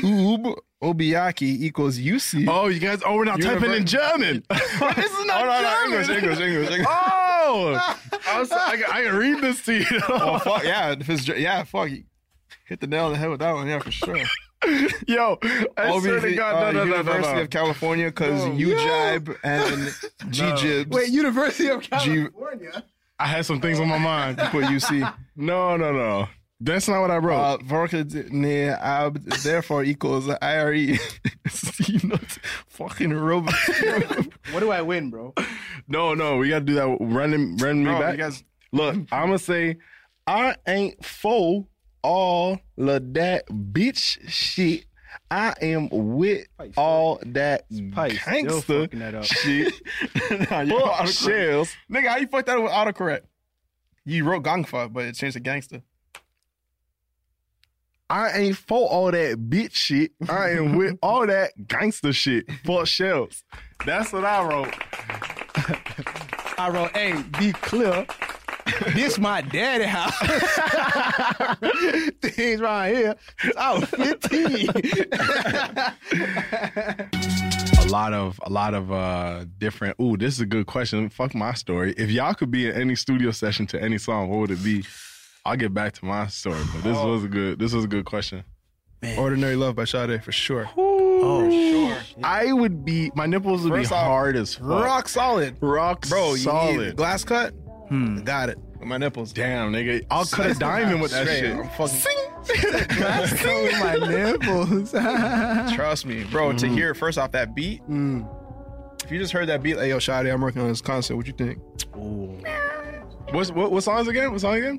Oob Obiaki equals UC.
Oh, you guys. Oh, we're not typing in German.
this is
not
German.
Oh, English, English, English. English.
Oh!
I, was, I, can- I can read this to you.
Oh fuck yeah! If it's, yeah, fuck. you Hit the nail on the head with that one. Yeah, for sure.
Yo, I swear to
OBV,
God, no, no, no,
uh,
no,
University
no.
of California because
No.
you jibe and G jibs.
Wait, University of
G-
California.
I had some things on my mind.
You put UC.
No, no, no. That's not what I wrote.
Uh, Verke ne ab therefore equals E. IRE. you know, fucking robot.
what do I win, bro?
No, no, we gotta do that. Run him, run me
Bro,
back.
you guys-
Look, I'm gonna say I ain't for all of that bitch shit. I am with all that
still
gangster
fucking that up.
shit.
nah,
Fuck shells.
Nigga, how you fucked that up with autocorrect? You wrote gangfa, but it changed to gangster.
I ain't for all that bitch shit. I am with all that gangster shit. Fuck shells. That's what I wrote.
I wrote, hey, be clear. This my daddy house. Things right here. since I was 15.
a lot of a lot of uh different ooh this is a good question fuck my story if y'all could be in any studio session to any song what would it be i'll get back to my story but this
Oh.
was a good this was a good question
Ordinary Love by Sade, for sure.
i would be my nipples would
First
be
off,
hard as fuck
Rock solid.
rock
Bro, you
solid
need glass cut? Got it. With my nipples.
damn nigga i'll cut a diamond with that
Straight.
shit
I'm fucking-
my nipples.
Trust me, bro.
Mm.
To hear first off that beat, if you just heard that beat, like yo, Sade, I'm working on this concert. What you think?
What's, what what songs again what song again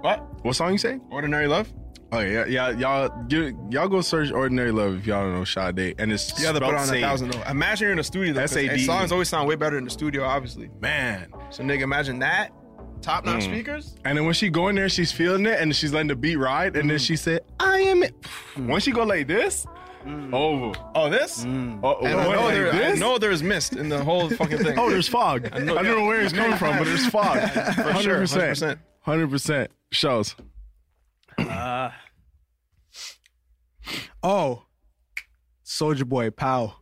What?
what song you say
Ordinary Love?
Oh yeah, yeah, y'all, give, y'all go search "Ordinary Love" if y'all don't know Sade, and it's
You have to put
spelt
on a
same.
thousand though. Imagine you're in a studio though. 'cause,
S A D E.
hey, Songs always sound way better in the studio, obviously.
Man,
So nigga, imagine that. Top notch
Mm.
speakers.
And then when she go in there, she's feeling it, and she's letting the beat ride. And then
Mm.
she said, "I am." It. Once she go like this, over.
Oh, this?
Oh,
And I
went
know,
like
there, I
this?
know there's mist in the whole fucking thing.
Oh, there's fog. I,
know-
don't know where it's coming from, but there's fog.
For sure, 100%.
hundred percent shows.
oh, Soldier Boy, pow.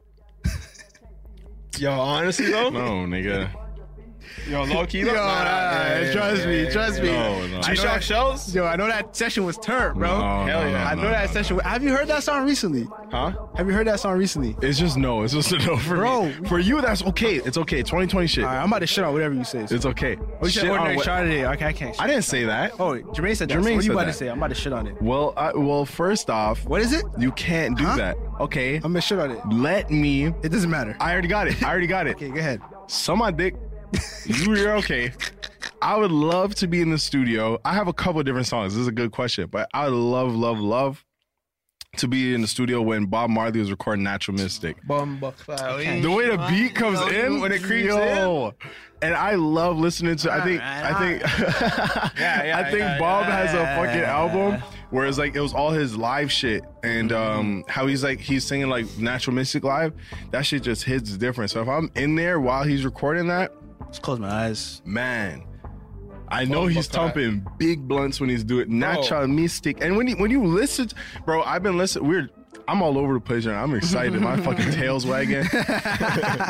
Yo, honestly though,
No, nigga.
yo, low key though.
Yo,
nah, nah, yeah, yeah,
trust
yeah,
me,
yeah,
trust
yeah,
me.
yeah.
No, no.
I know
Two
that-
shock shells?
Yo, I know that session was turned, bro.
No,
Hell
no,
yeah.
no,
I know
no,
that
no.
session. Have you heard that song recently?
Huh?
Have you heard that song recently?
It's just no. It's just a no for me.
Bro.
For you, that's okay. It's okay. 2020 shit.
All right, I'm about to shit on whatever you say.
It's okay.
Oh, you said
Shit on
ordinary
what-
shot today. Okay, I can't.
I didn't say that.
Oh, Jermaine said that.
Jermaine
So what
said
you about
that.
to say? I'm about to shit on it.
Well, I, well, first off,
What is it?
you can't do
Huh?
that. Okay,
I'm gonna shit on it.
let me.
It doesn't matter.
I already got it. I already got it.
Okay, go ahead.
Some my dick. You, you're okay. I would love to be in the studio. I have a couple different songs. This is a good question, but I would love, love, love to be in the studio when Bob Marley was recording Natural Mystic.
Bumba
The way the beat comes in when it creeps
Yo.
in, and I love listening to. I think I think I think Bob has a fucking album where it's like it was all his live shit and um how he's like he's singing like natural mystic live. That shit just hits different. So if I'm in there while he's recording that,
just close my eyes,
man. I know
Fuck
he's
my God.
thumping big blunts when he's doing natural mystic, and when he, when you listen, to- bro, I've been listening. We're I'm all over the place right now. I'm excited. My fucking tail's wagging.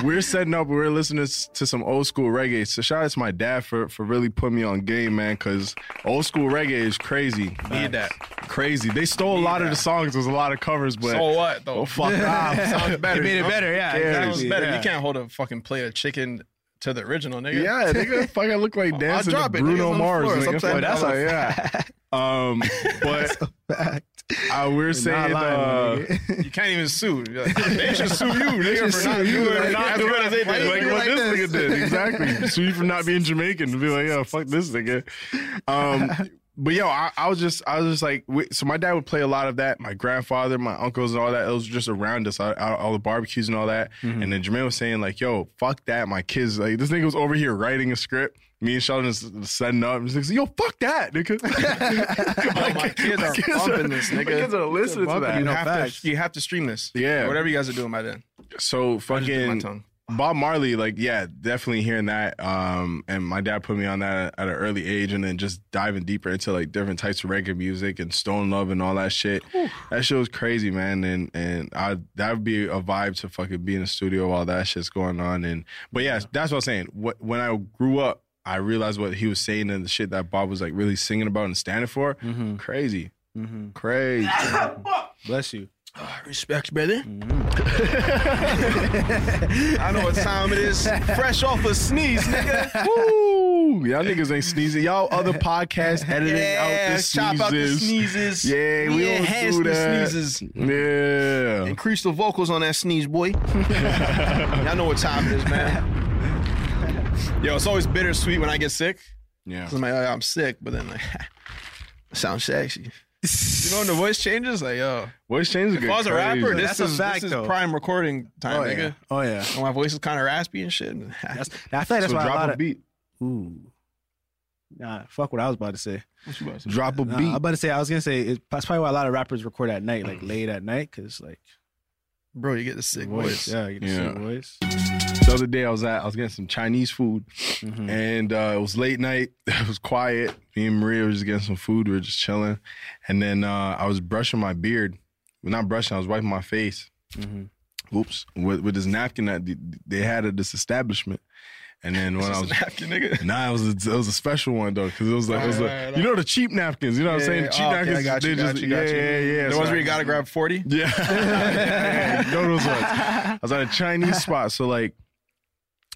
we're setting up. We're listening s- to some old school reggae. So shout out to my dad for for really putting me on game, man. Because old school reggae is crazy.
Need that.
Crazy. They stole a lot of the songs. There's a lot of covers, but
so what though?
Oh, fuck off.
sounds better.
It made it
you know?
better, yeah,
It sounds
exactly,
better.
yeah.
You can't hold a fucking plate of chicken to the original, nigga.
Yeah, nigga, fucking look like dancing to Bruno Mars. nigga. Fuck, that's a, yeah. Um, but uh, we're saying uh,
you can't even sue. You're like, they should sue you, nigga,
should
for
sue
not,
you,
you
like,
not
after
doing
what
as they did.
like what this nigga did exactly. so you for not being Jamaican to be like, yeah, fuck this nigga. Um, but yo, I, I was just, I was just like, we, so my dad would play a lot of that. My grandfather, my uncles, and all that. It was just around us, all, all all the barbecues and all that.
Mm-hmm.
And then Jermaine was saying like, yo, fuck that. My kids, like this nigga was over here writing a script. Me and Sheldon is setting up. He's like, yo, fuck that, nigga.
Oh, my kids are
kids are-
bumping this,
my
nigga.
kids are listening to
Bumping
that.
You
No
have
facts.
to, you have to stream this.
Yeah.
Whatever you guys are doing by then.
So fucking Bob Marley, like yeah, definitely hearing that. Um, and my dad put me on that at an early age, and then just diving deeper into like different types of reggae music and Stone Love and all that shit. That shit was crazy, man. And and I that would be a vibe to fucking be in the studio while that shit's going on. And but yeah, that's what I'm saying. What when I grew up, I realized what he was saying and the shit that Bob was like really singing about and standing for.
Mm-hmm.
Crazy, crazy.
Bless you.
Respect, brother.
Mm-hmm.
I know what time it is. Fresh off a sneeze, nigga.
Woo! Y'all niggas ain't sneezing. Y'all other podcasts editing out
Yeah,
the sneezes.
chop out the sneezes.
Yeah, we
We
don't
enhance
do
the
that.
sneezes.
Yeah.
Increase the vocals on that sneeze, boy. Y'all know what time it is, man. Yo, it's always bittersweet when I get sick.
Yeah.
'Cause I'm like, oh, I'm sick, but then like, sound sexy. You know when the voice changes, like yo,
voice changes.
If
get
I was a rapper,
crazy.
this
That's a
is
fact,
this
though.
is prime recording time,
Oh, yeah.
nigga.
Oh yeah.
And my voice is kind of raspy and shit.
That's, I feel like that's
So
why
drop
a lot
a
of
beat.
Ooh. Nah, fuck what I was about to say.
Drop a
Nah,
beat.
I'm about to say I was gonna say it, that's probably why a lot of rappers record at night, like late at night, because like
Bro, you get the sick voice.
voice, yeah, you can
Yeah.
see voice.
The other day I was at, I was getting some Chinese food,
Mm-hmm.
and uh, it was late night. It was quiet. Me and Maria were just getting some food. We were just chilling, and then uh, I was brushing my beard. Well, not brushing. I was wiping my face.
Mm-hmm.
Oops, with, with this napkin that th- they had at this establishment. And then when I was
napkin, nigga.
Nah, it was a, it was a special one though, because it was like it was
Alright,
a-
alright,
you know the cheap napkins. You know what I'm saying? The cheap
oh, okay,
napkins.
I got you,
they
got
just-
you, got
yeah,
you.
yeah, yeah.
The
So
ones where
I-
you gotta grab forty.
yeah. Yeah, yeah. No, those ones. I was at a Chinese spot, so like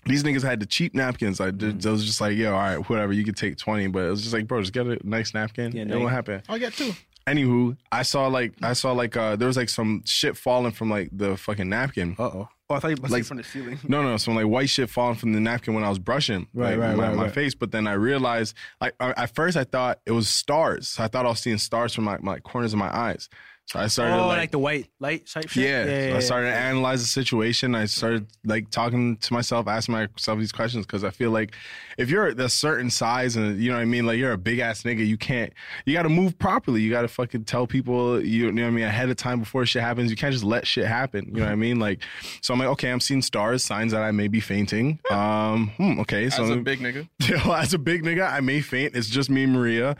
these niggas had the cheap napkins. I did,
Mm.
I was just like, yo, all right, whatever, you could take twenty, but it was just like, bro, just get a nice napkin. Yeah, it
no,
won't
you-
happen.
I got two.
Anywho, I saw like I saw like uh there was like some shit falling from like the fucking napkin.
Uh oh. Oh, I thought you must
Like-
like, from the ceiling.
No, no, some like white shit falling from the napkin when I was brushing
Right,
like,
right,
my,
right,
my
right.
face. But then I realized, like, I, at first I thought it was stars. So I thought I was seeing stars from my, my corners of my eyes. So I started
oh, like,
like,
the white light type shit.
yeah. so I started to analyze the situation. I started like talking to myself, asking myself these questions because I feel like if you're a certain size and you know what I mean, like you're a big ass nigga, you can't. You got to move properly. You got to fucking tell people you, know what I mean ahead of time before shit happens. You can't just let shit happen. You know what I mean? Like, so I'm like, okay, I'm seeing stars, signs that I may be fainting. Um, hmm, okay, so
As a
I'm-
big nigga.
Yo, as a big nigga, I may faint. It's just me and Maria.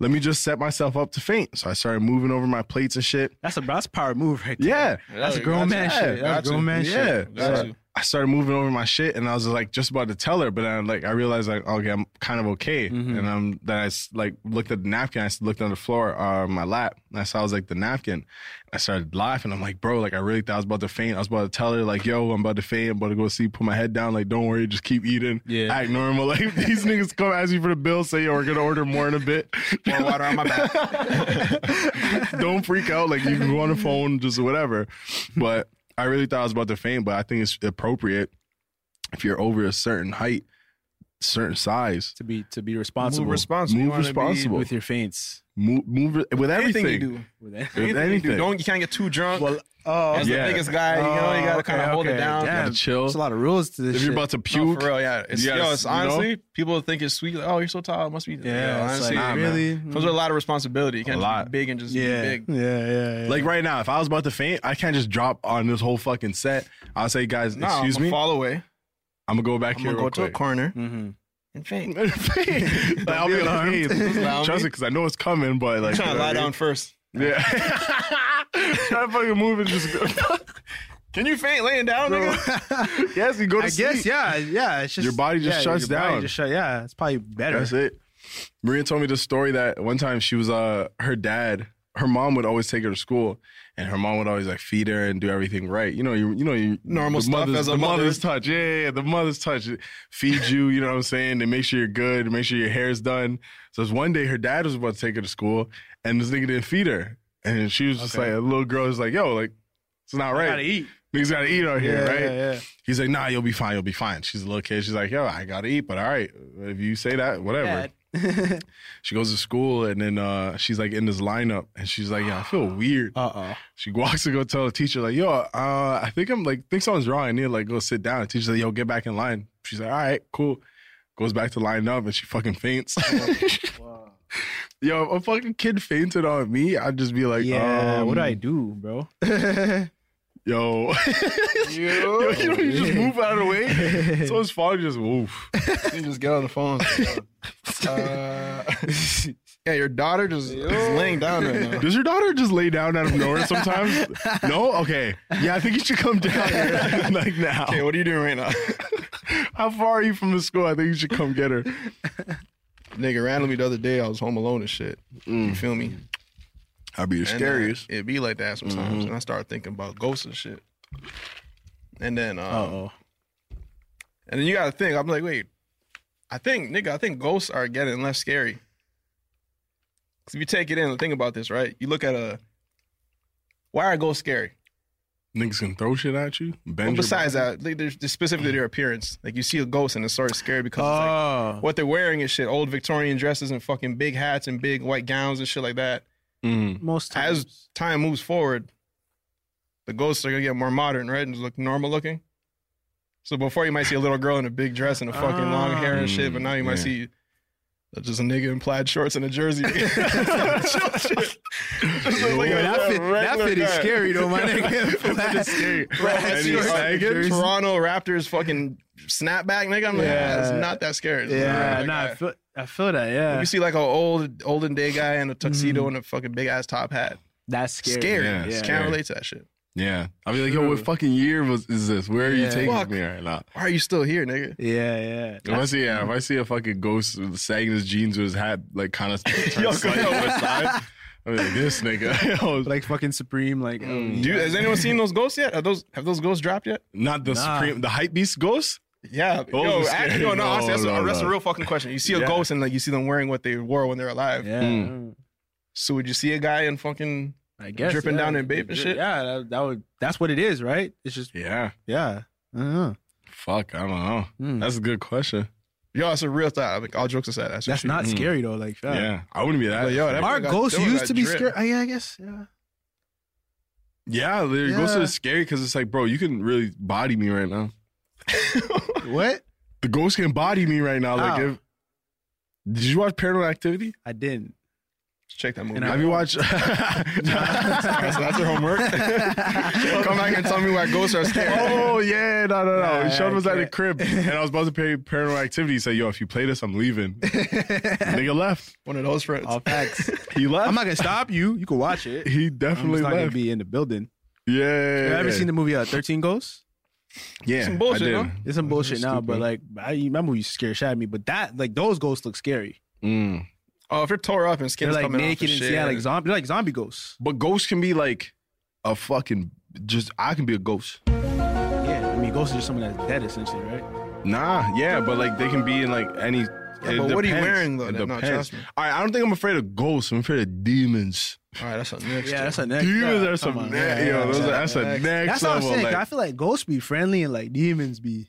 Let me just set myself up to faint. So I started moving over my plates and shit.
That's a that's a power move right there.
Yeah.
That's a grown man shit. That's a grown man shit.
Yeah. So I started moving over my shit and I was like just about to tell her, but then I like I realized like okay, I'm kind of okay.
Mm-hmm.
And I'm then I s- like looked at the napkin, I s- looked on the floor uh, on my lap, and I saw it was like the napkin. I started laughing. I'm like, bro, like I really thought I was about to faint. I was about to tell her, like, yo, I'm about to faint, I'm about to go see, put my head down, like, don't worry, just keep eating.
Yeah.
Act normal. Like these niggas come ask you for the bill, say yo, we're gonna order more in a bit.
Pour water on my back.
don't freak out. Like you can go on the phone, just whatever. But I really thought I was about to faint, but I think it's appropriate if you're over a certain height certain size
to be to be responsible.
Move responsible.
Move
You wanna be
responsible
with
your feints.
Move, move re- with
Anything
everything.
you do. With
With
anything you do.
anything.
Don't you can't get too drunk.
Well, oh,
That's
yeah. Oh,
the biggest guy. You know, you gotta kind of hold it down.
Gotta chill.
There's a lot of rules to this.
If you're about to puke,
no, Oh, for real, yeah. It's,
you gotta-
yo, it's
you know?
honestly people think it's sweet. Like, oh, you're so tall. It must be.
Yeah,
yo,
it's
honestly,
like, nah, man.
really comes with a lot of responsibility. You can't just
lot.
be big and just
Yeah.
be big.
Yeah, yeah, yeah.
Like right now, if I was about to faint, I can't just drop on this whole fucking set. I'll say, guys,
Nah,
excuse
I'ma
me.
fall away.
I'm gonna go back
I'm
here.
gonna go
real
to a
quick.
corner
Mm-hmm.
and faint.
Like, I'll be like, hey, trust it, because I know it's coming, but like,
trying
you
to
know
lie
what I
down
mean?
first.
Yeah. Try to fucking move and just. go-
Can you faint laying down, nigga?
yes, you go to
I
sleep.
guess yeah, yeah. It's just
Your body just
yeah,
shuts
your body
down.
just shut- yeah, it's probably better.
That's it. Maria told me the story that one time she was uh her dad, her mom would always take her to school, and her mom would always like feed her and do everything right. You know, you you know you
Normal
the
stuff
mother's,
as a
the
mother.
mother's touch. Yeah, yeah, yeah, the mother's touch. Feed you, you know what I'm saying? They make sure you're good, make sure your hair's done. So it's one day her dad was about to take her to school, and this nigga didn't feed her, and she was just
Okay.
like a little girl was like, yo, like it's not right.
gotta eat.
Niggas gotta eat out here,
Yeah,
right?
yeah, yeah.
He's like, nah, you'll be fine. You'll be fine. She's a little kid. She's like, yo, I gotta eat, but all right. If you say that, whatever. she goes to school and then uh, she's like in this lineup and she's like, yeah, I feel weird. Uh
oh.
She walks to go tell the teacher, like, yo, uh, I think I'm like, think something's wrong. I need to like go sit down. The teacher's like, yo, get back in line. She's like, all right, cool. Goes back to line up and she fucking faints. Yo, if a fucking kid fainted on me, I'd just be like,
Yeah, what do I
um,
do, bro?
Yo. Yo, you know, you just move out of the way. So it's fine, you just woof.
You just get on the phone. Uh, yeah, your daughter just is laying down right now.
Does your daughter just lay down out of nowhere sometimes? no? Okay. Yeah, I think you should come down here like now.
Okay, what are you doing right now?
How far are you from the school? I think you should come get her.
Nigga, randomly the other day I was home alone and shit. You feel me?
I'd be the
And, uh,
scariest.
it be like that sometimes,
Mhm.
and I start thinking about ghosts and shit. And then, uh oh, and then you gotta think. I'm like, wait, I think, nigga, I think ghosts are getting less scary. Cause if you take it in, think about this, right? You look at a why are ghosts scary?
Niggas can throw shit at you. Bend
Well,
your
besides
body.
that, like, there's there's specifically their appearance. Like you see a ghost and it's sort of scary because
Uh.
it's like what they're wearing is shit. Old Victorian dresses and fucking big hats and big white gowns and shit like that.
Mm.
Most
times. As time moves forward, the ghosts are gonna get more modern, right? And just look normal looking. So before you might see a little girl in a big dress and a fucking long hair and shit, but now you might see just a nigga in plaid shorts and a jersey. Just
Yo,
like uh, a
that fit- that
regular
fit is
guy.
scary though, my nigga. That is scary.
Bro, I see
Any
a fucking
Sagan?
Toronto Raptors fucking snapback, nigga. I'm like,
Yeah.
yeah. it's not that scary. It's
Yeah,
not that
nah, I
guy.
feel, I feel that. Yeah,
You see like an old olden day guy in a tuxedo and a fucking big ass top hat.
that's scary.
Scary.
Mm-hmm. Yeah,
Just
scary.
can't relate to that shit.
Yeah. I'd be like, yo, what fucking year was is this? Where are you
Yeah.
taking
Fuck.
me right now?
Why are you still here, nigga?
Yeah, yeah.
If I see, yeah, if I see a fucking ghost sagging his jeans with his hat, like kind of
Yo,
turned slightly
yo.
to the side, I'm like, this nigga. Yo,
like fucking supreme. Like, oh,
Mm.
Do you, has anyone seen those ghosts yet? Are those have those ghosts dropped yet?
Not the
Nah.
supreme, the hype beast ghost.
Yeah,
Those
yo,
are
actually,
scary.
yo, no,
No,
honestly, that's,
no,
a, that's a
no.
real fucking question. You see a
Yeah.
ghost and like you see them wearing what they wore when they're alive.
yeah. Mm.
So would you see a guy in fucking
I guess
dripping
yeah.
down in babe and shit?
Yeah, that, that would. That's what it is, right? It's just
Yeah.
yeah. Uh-huh. Mm. I don't know.
Fuck, I don't know. That's a good question.
Yo, that's a real thought. Like all jokes aside, that's,
That's not scary though. Like,
Yeah, I wouldn't be that.
But yo, that
Our
nigga got-
ghosts
that nigga
used
got
to be
drip.
scared. I, I guess. Yeah.
yeah, the ghosts
Yeah.
are scary because it's like, bro, you can really body me right now.
What?
The ghost can body me right now. Like,
How?
if, did you watch Paranormal Activity?
Oh, I didn't.
Check that movie.
Have you watched?
Alright, so that's your homework. Come back and tell me why ghosts are scary.
Oh yeah, no, no, no.
Nah,
Sean
I
was at the
can't.
crib, and I was about to pay Paranormal Activity. He said, "Yo, if you play this, I'm leaving." Nigga left.
One of those friends.
All facts.
He left.
I'm not gonna stop you. You can watch it.
He
I'm
definitely
just not gonna
left.
be in the building.
yeah.
Have you ever seen the movie uh, Thirteen Ghosts?
Yeah,
Some bullshit,
I did.
huh?
It's some bullshit now,
stupid.
but like I remember you scared shit at me. But that like those ghosts look scary.
Mm.
Oh, if you're tore up and
They're
skin's
like
coming
naked
off
and
and shit.
yeah, like zombie. They're like zombie ghosts.
But ghosts can be like a fucking just. I can be a ghost.
Yeah, I mean ghosts are just someone that's dead essentially, right?
Nah, yeah, but like they can be in like any. it
but what are you
depends.
wearing, though,
It
that- no,
depends.
trust me.
All right, I don't think I'm afraid of ghosts. I'm afraid of demons.
All right, that's something next.
Yeah,
dude.
that's a next.
Demons
yeah,
are
come
some.
on.
ne-
Yeah,
yo,
yeah,
those are,
yeah.
that's a next
That's what I'm
level.
saying. 'cause
like-
I feel like ghosts be friendly and like demons be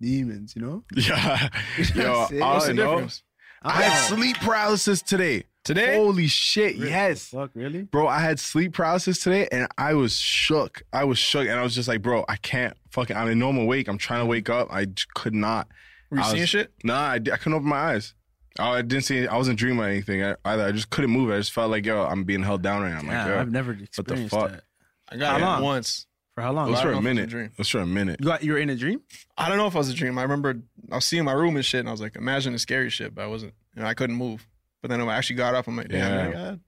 demons, you know?
Yeah.
You know
Yo,
what I'm saying?
all
What's
I
the
know,
difference?
I had sleep paralysis today. Today? Holy shit, yes.
Fuck, really?
Bro, I had sleep paralysis today and I was shook. I was shook and I was just like, bro, I can't fucking, I know I'm awake. I'm trying to wake up. I just could not.
Were you
I
seeing
was-
shit?
Nah, I, di- I couldn't open my eyes. I I didn't see, I wasn't dreaming or anything I- either. I just couldn't move. I just felt like, yo, I'm being held down right now. I'm like,
Yeah,
yo,
I've never
Oh What the
experienced
fuck?
that.
I got
How
it
long?
once.
For how long?
It was for a
Well, I don't know if
minute.
it's a dream.
It was for a minute.
You, got, you were in a dream?
I don't know if it was a dream. I remember I was seeing my room and shit, and I was like, imagine the scary shit, but I wasn't, you know, I couldn't move. But then when I actually got up, I'm like, damn,
Yeah.
my God.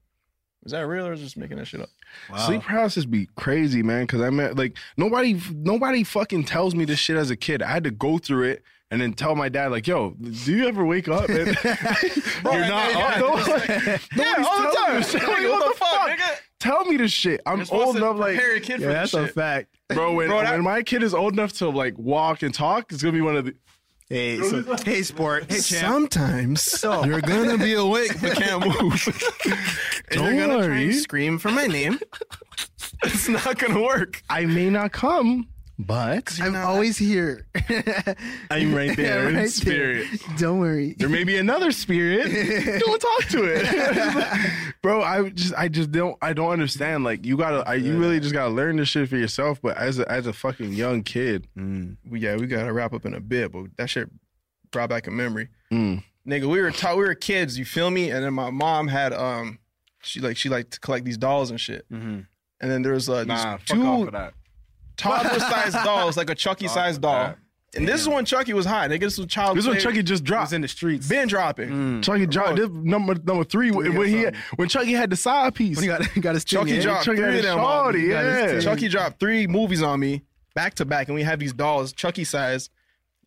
Is that real or is just making that shit up?
Sleep paralysis be crazy, man. Because I mean, like nobody, nobody fucking tells me this shit as a kid. I had to go through it and then tell my dad, like, "Yo, do you ever wake up?" And you're not up though. Nobody's
all the
telling me
time.
this shit.
Like,
Like, what the fuck? Tell me this shit. I'm
You're supposed
old
to
enough, like,
prepare your kid for Yeah, this that's a shit.
fact,
bro. When,
Bro, that-
when my kid is old enough to like walk and talk, it's gonna be one of the.
Hey, hey, sport. Hey,
Sometimes
so
you're
gonna be awake,
but can't move.
And you're gonna try and scream for my name.
it's not gonna work. I may not come, but
I'm always here.
I'm right there in spirit.
Don't worry.
There may be another spirit. Don't talk to it, bro. I just, I just don't, I don't understand. Like you gotta, I, you really just gotta learn this shit for yourself. But as a, as a fucking young kid,
We- Yeah, we got to wrap up in a bit, but that shit brought back a memory.
Mm.
Nigga, we were taught, we were kids, you feel me? And then my mom had, um, she like, she liked to collect these dolls and shit. And then there was uh,
Mm-hmm. nah,
these
fuck off
two
of that.
toddler sized dolls, like a Chucky sized doll. And this is when Chucky was hot. Nigga, this was child.
This is when
play-
Chucky Mm. just dropped.
in the streets.
been dropping.
Chucky dropped this number number three when, when he when Chucky had the side piece.
When he got, he got his
Chucky
thing, yeah?
dropped
Chucky had
three
a
of them. on
shawty,
me.
yeah.
Chucky dropped three movies on me back to back, and we have these dolls, Chucky size,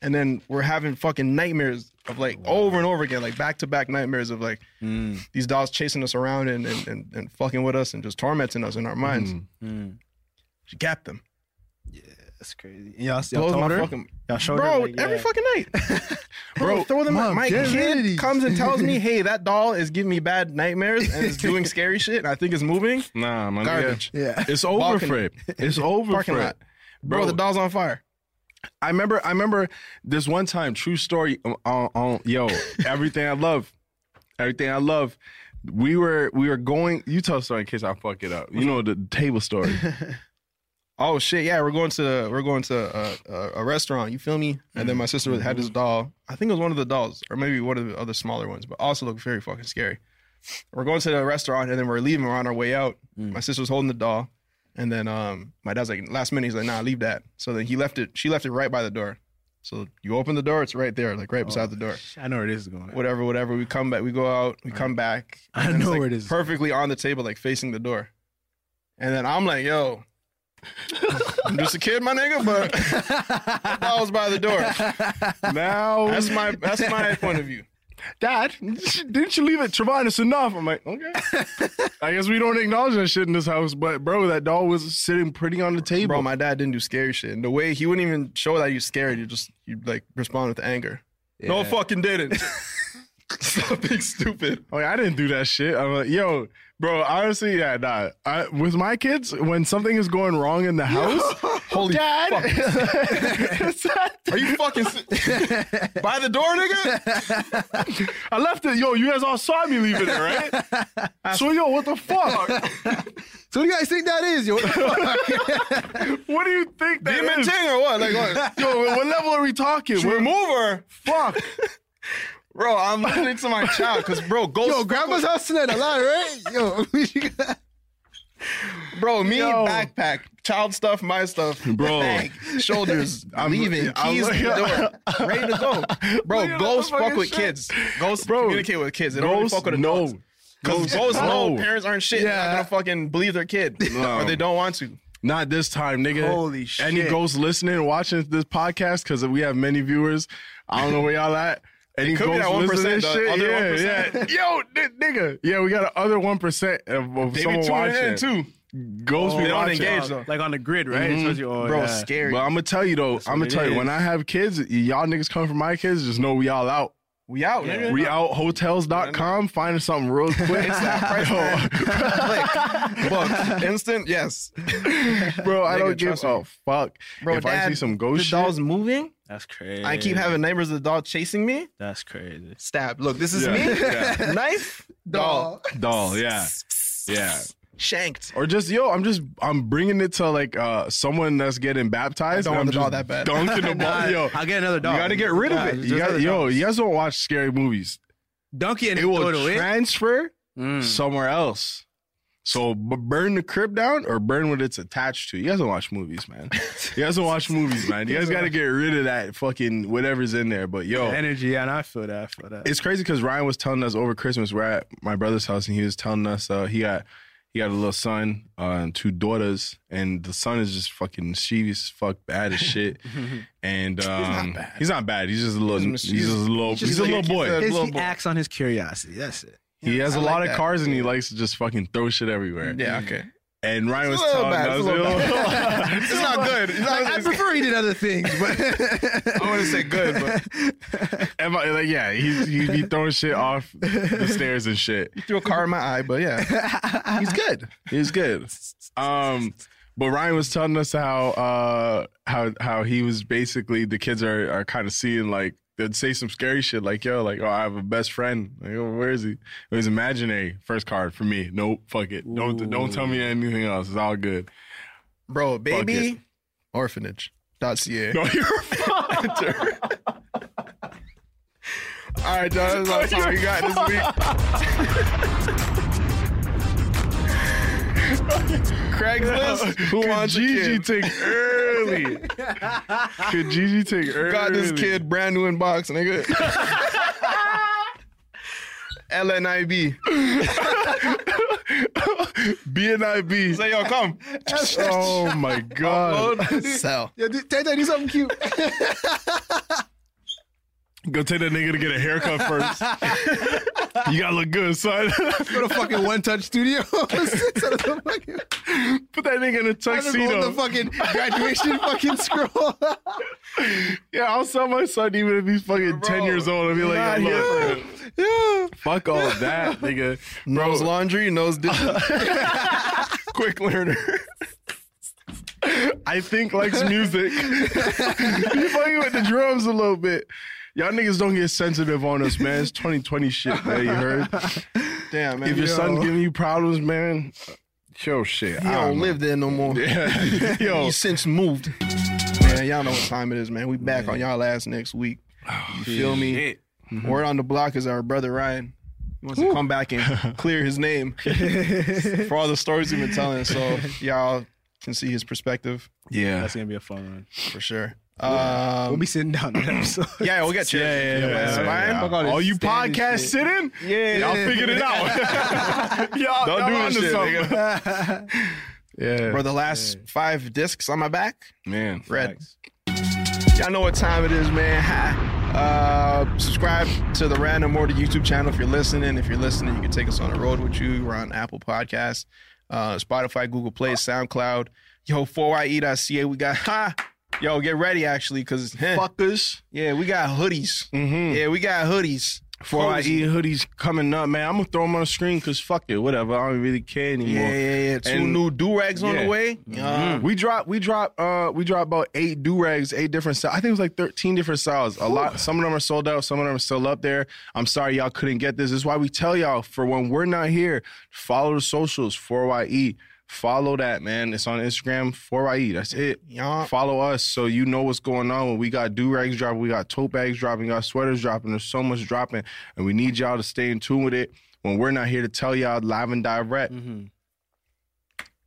and then we're having fucking nightmares of like over and over again, like back to back nightmares of like
Mm.
these dolls chasing us around and and, and and fucking with us and just tormenting us in our minds.
Mm.
She got them.
That's crazy. And y'all, y'all
Blows
told
my
her?
fucking
Y'all showed her,
bro
like,
every
yeah.
fucking night.
Bro,
bro, throw them.
Mom,
my
get rid of
kid
these.
comes and tells me, "Hey, that doll is giving me bad nightmares and is doing scary shit, and I think it's moving."
Nah, my
Garbage.
nigga.
Yeah.
It's over
Balcony.
for it. It's over
Parking
for
lot.
it.
Bro, the doll's on fire.
I remember. I remember this one time. True story. Um, on, on yo, everything I love, everything I love. We were we were going. You tell a story in case I fuck it up. You know the table story.
Oh shit! Yeah, we're going to we're going to uh, uh, a restaurant. You feel me? And then my sister had this doll. I think it was one of the dolls, or maybe one of the other smaller ones, but also looked very fucking scary. We're going to the restaurant, and then we're leaving. We're on our way out. My sister was holding the doll, and then um, my dad's like, last minute, he's like, "Nah, leave that." So then he left it. She left it right by the door. So you open the door, it's right there, like right beside the door.
I know where this is going.
Whatever, whatever. We come back. We go out. We come back.
I
and it's,
know
like,
where it is.
Perfectly on the table, like facing the door. And then I'm like, yo, I'm just a kid, my nigga, but I was by the door.
now,
That's my that's my point of view.
Dad, didn't you leave it? Trevon, it's enough. I'm like, okay. I guess we don't acknowledge that shit in this house, but bro, that doll was sitting pretty on the table.
Bro, my dad didn't do scary shit. And the way he wouldn't even show that you scared, you just you like respond with anger. No fucking didn't. Stop being stupid.
Like Oh, I didn't do that shit. I'm like, yo, bro. Honestly, yeah, nah. I, with my kids, when something is going wrong in the house,
Holy
dad,
fuck. Are you fucking by the door, nigga?
I left it. Yo, you guys all saw me leaving it, right? so yo, what the fuck?
So what do you guys think that is? Yo?
what do you think that
Demon
is?
ting or what? Like what?
Yo, what level are we talking? We're
Remove her.
fuck.
Bro, I'm listening to my child because bro, ghost.
Yo, grandma's hustling a lot, right? Yo,
bro, me
Yo.
backpack, child stuff, my stuff,
Bro.
bag, shoulders,
I'm-
leaving,
I'm
keys,
looking-
to the door, ready to go.
Look
Bro,
at
ghosts
that
fuck
motherfucking
with
shit.
kids. Ghosts
Bro,
communicate with kids. They don't really
ghosts
fuck with
know.
adults. Because
Ghosts
ghosts know
know.
parents aren't shit. They're not
Yeah.
gonna fucking believe their kid,
No.
or they don't want to.
Not this time, nigga.
Holy
Any
shit.
ghosts listening and watching this podcast, because we have many viewers. I don't know where y'all at. Any
could be
ghosts
that
listening
1%,
to this shit?
the other
yeah,
1%.
yeah. Yo, n- nigga. Yeah, we got another 1% of, of
They
someone
be tuning
watching.
in too, Oh,
Ghosts
They
be
don't
watching.
engage, though.
like on the grid, right? It tells you, oh,
bro.
yeah.
Scary.
But I'm gonna tell you though, I'm gonna
what it
tell you when
is.
I have kids, y'all niggas come from my kids, just know we all out.
We out, nigga.
We out hotels.com. Find us something real quick.
Book. Instant, yes.
Bro, I
Nigga,
don't give
trust me.
a fuck.
Bro,
if I
Dad,
see some ghost
the
shit,
doll's moving.
That's crazy.
I keep having neighbors of the doll chasing me.
That's crazy.
Stab. Look, this is
Yeah,
me.
yeah.
Knife, doll.
doll, yeah. Yeah.
Shanked.
Or just yo, I'm just I'm bringing it to like uh someone that's getting baptized.
I don't
and
want the
I'm
doll
just
that bad.
Dunking the
Nah,
ball, yo.
I'll get another dog.
You gotta get rid of
Yeah,
it.
just
You
another
got yo,
dog.
you guys don't watch scary movies.
Dunk it and eh?
It will
throw it away.
transfer
Hmm.
somewhere else. So b- burn the crib down or burn what it's attached to. You guys don't watch movies, man. You guys don't watch movies, man. You guys got to get rid of that fucking whatever's in there. But yo,
The energy, yeah, and I feel that. I feel that.
it's crazy because Ryan was telling us over Christmas we're at my brother's house and he was telling us uh, he got he got a little son uh, and two daughters and the son is just fucking mischievous, as fuck, bad as shit. and um, he's, not bad. he's just a little he's,
mischievous.
just a little he's,
Just
a
like-
little boy.
His-
Little
he
boy.
acts on his curiosity. That's it.
He has
I
a
like
lot of
that.
cars and he likes to just fucking throw shit everywhere.
Yeah, okay.
And Ryan was "Oh."
It's a little
telling
bad,
us,
it's a
yo,
little It's not good. It's not-
Like, I prefer he did other things, but
I want to say good, but
Am I- like, yeah, he's, he be throwing shit off the stairs and shit.
threw a car in my eye. But yeah, he's good.
He's good. Um, but Ryan was telling us how uh how how he was basically the kids are are kind of seeing like they'd say some scary shit like yo like oh I have a best friend like oh, where is he it was imaginary first card for me nope fuck it don't don't tell me anything else it's all good
Bro,
Fuck
baby orphanage. Dot ca.
no you're a fucker. all right John that's all we got this week.
Craigslist. Who
Could
wants a
Gigi
kid?
take early? Could Gigi take early?
Got this kid brand new in box, nigga. LNIB.
BNIB.
Say, yo, come.
Oh my god.
Sell.
yeah, dude, Tay Tay, do something cute.
Go take that nigga to get a haircut first. you gotta look good, son.
Go to fucking One Touch Studio. Put that
nigga in a tuxedo.
The fucking graduation fucking scroll.
Yeah, I'll sell my son even if he's fucking 10 years old. I'll be like,
Nah,
yo, look, fuck all that, nigga.
Nose laundry, nose dishes.
Quick learner. I think likes music. you fucking with the drums a little bit. Y'all niggas don't get sensitive on us, man. It's 2020 shit, man. You heard?
Damn, man.
If your
Yo.
son giving you problems, man, yo, shit.
He
I
don't
know.
live there no more.
Yeah. Yo.
He since moved. Man, y'all know what time it is, man. We back on y'all ass next week.
Oh,
You feel me? Mm-hmm. Word on the block is our brother Ryan. He wants to come back and clear his name for all the stories he's been telling. So y'all can see his perspective
Yeah.
That's gonna be a fun one.
for sure.
we'll
Um,
be sitting down in that episode.
yeah, we'll get chairs.
Yeah, yeah,
You know,
yeah,
man.
yeah,
Ryan,
yeah.
fuck all this
All you
standing
podcast
shit.
sitting?
Yeah.
Y'all figured it out. y'all
Don't
y'all
do
onto
this shit,
something.
nigga.
Yeah.
Bro, the last five discs on my back,
Man.
red. Y'all know what time it is, man. Hi. Uh, subscribe to the Random Order YouTube channel if you're listening. If you're listening, you can take us on the road with you. We're on Apple Podcasts, uh, Spotify, Google Play, SoundCloud. Yo, E 4ye.ca. We got, ha! Yo, get ready, actually, because,
Fuckers.
yeah, we got hoodies.
Mm-hmm.
Yeah, we got hoodies.
Before I eat hoodies coming up, man. I'm gonna throw them on the screen because fuck it, whatever. I don't really care anymore.
Yeah, yeah, yeah. Two
And-
new do rags on
Yeah. Mm-hmm.
the way. Uh,
We drop, we drop, uh, we drop about eight do rags, eight different styles. I think it was like thirteen different styles. A lot. Some of them are sold out. Some of them are still up there. I'm sorry y'all couldn't get this. This is why we tell y'all for when we're not here, follow the socials. 4ye. Follow that man. It's on Instagram. 4ye. That's it.
Yeah. Uh,
Follow us so you know what's going on. When we got do rags dropping, we got tote bags dropping, we got sweaters dropping. There's so much dropping, and we need y'all to stay in tune with it. When we're not here to tell y'all live and direct.
Mm-hmm.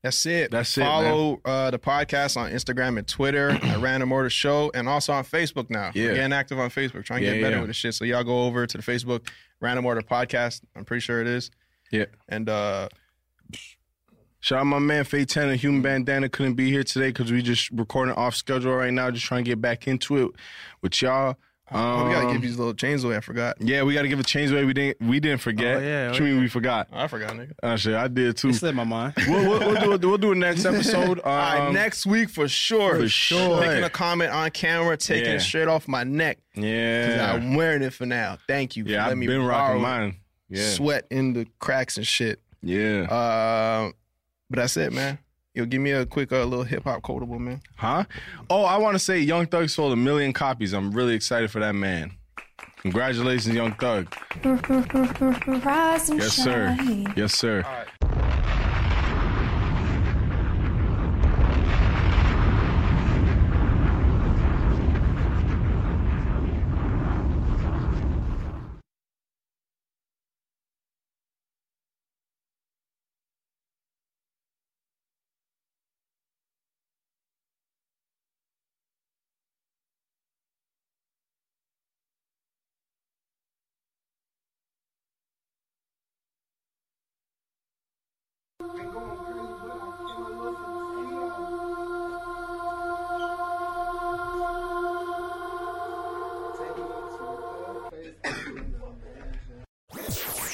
That's it.
That's it,
Follow uh, the podcast on Instagram and Twitter at Random Order Show and also on Facebook now.
Yeah.
We're getting active on Facebook, trying to
Yeah,
get better
yeah.
with this shit. So y'all go over to the Facebook Random Order Podcast. I'm pretty sure it is.
Yeah.
And uh
Shout out my man Faye Tanner, Human Bandana couldn't be here today because we just recording off schedule right now, just trying to get back into it with y'all.
oh, we gotta give these little chains away. I forgot.
Um, Yeah, we got to give a change away. We didn't. We didn't forget.
Oh, yeah, oh,
What you mean we forgot?
I forgot, nigga.
Oh shit, I did too.
It slipped
my mind. We'll, we'll, we'll do it. We'll do it next episode.
All right,
Um,
next week for sure.
for sure.
Making a comment on camera, taking
Yeah.
it straight off my neck. 'Cause
Yeah.
I'm wearing it for now. Thank you. for
Yeah, I've
letting me
been
borrow
rocking
it.
mine. Yeah.
Sweat in the cracks and shit.
Yeah.
Uh, but that's it, man. Yo, give me a quick uh, little hip hop quotable, man.
Huh? Oh, I want to say Young Thug sold a million copies. I'm really excited for that man. Congratulations, Young Thug.
Rise and
Yes, sir.
shine.
Yes, sir.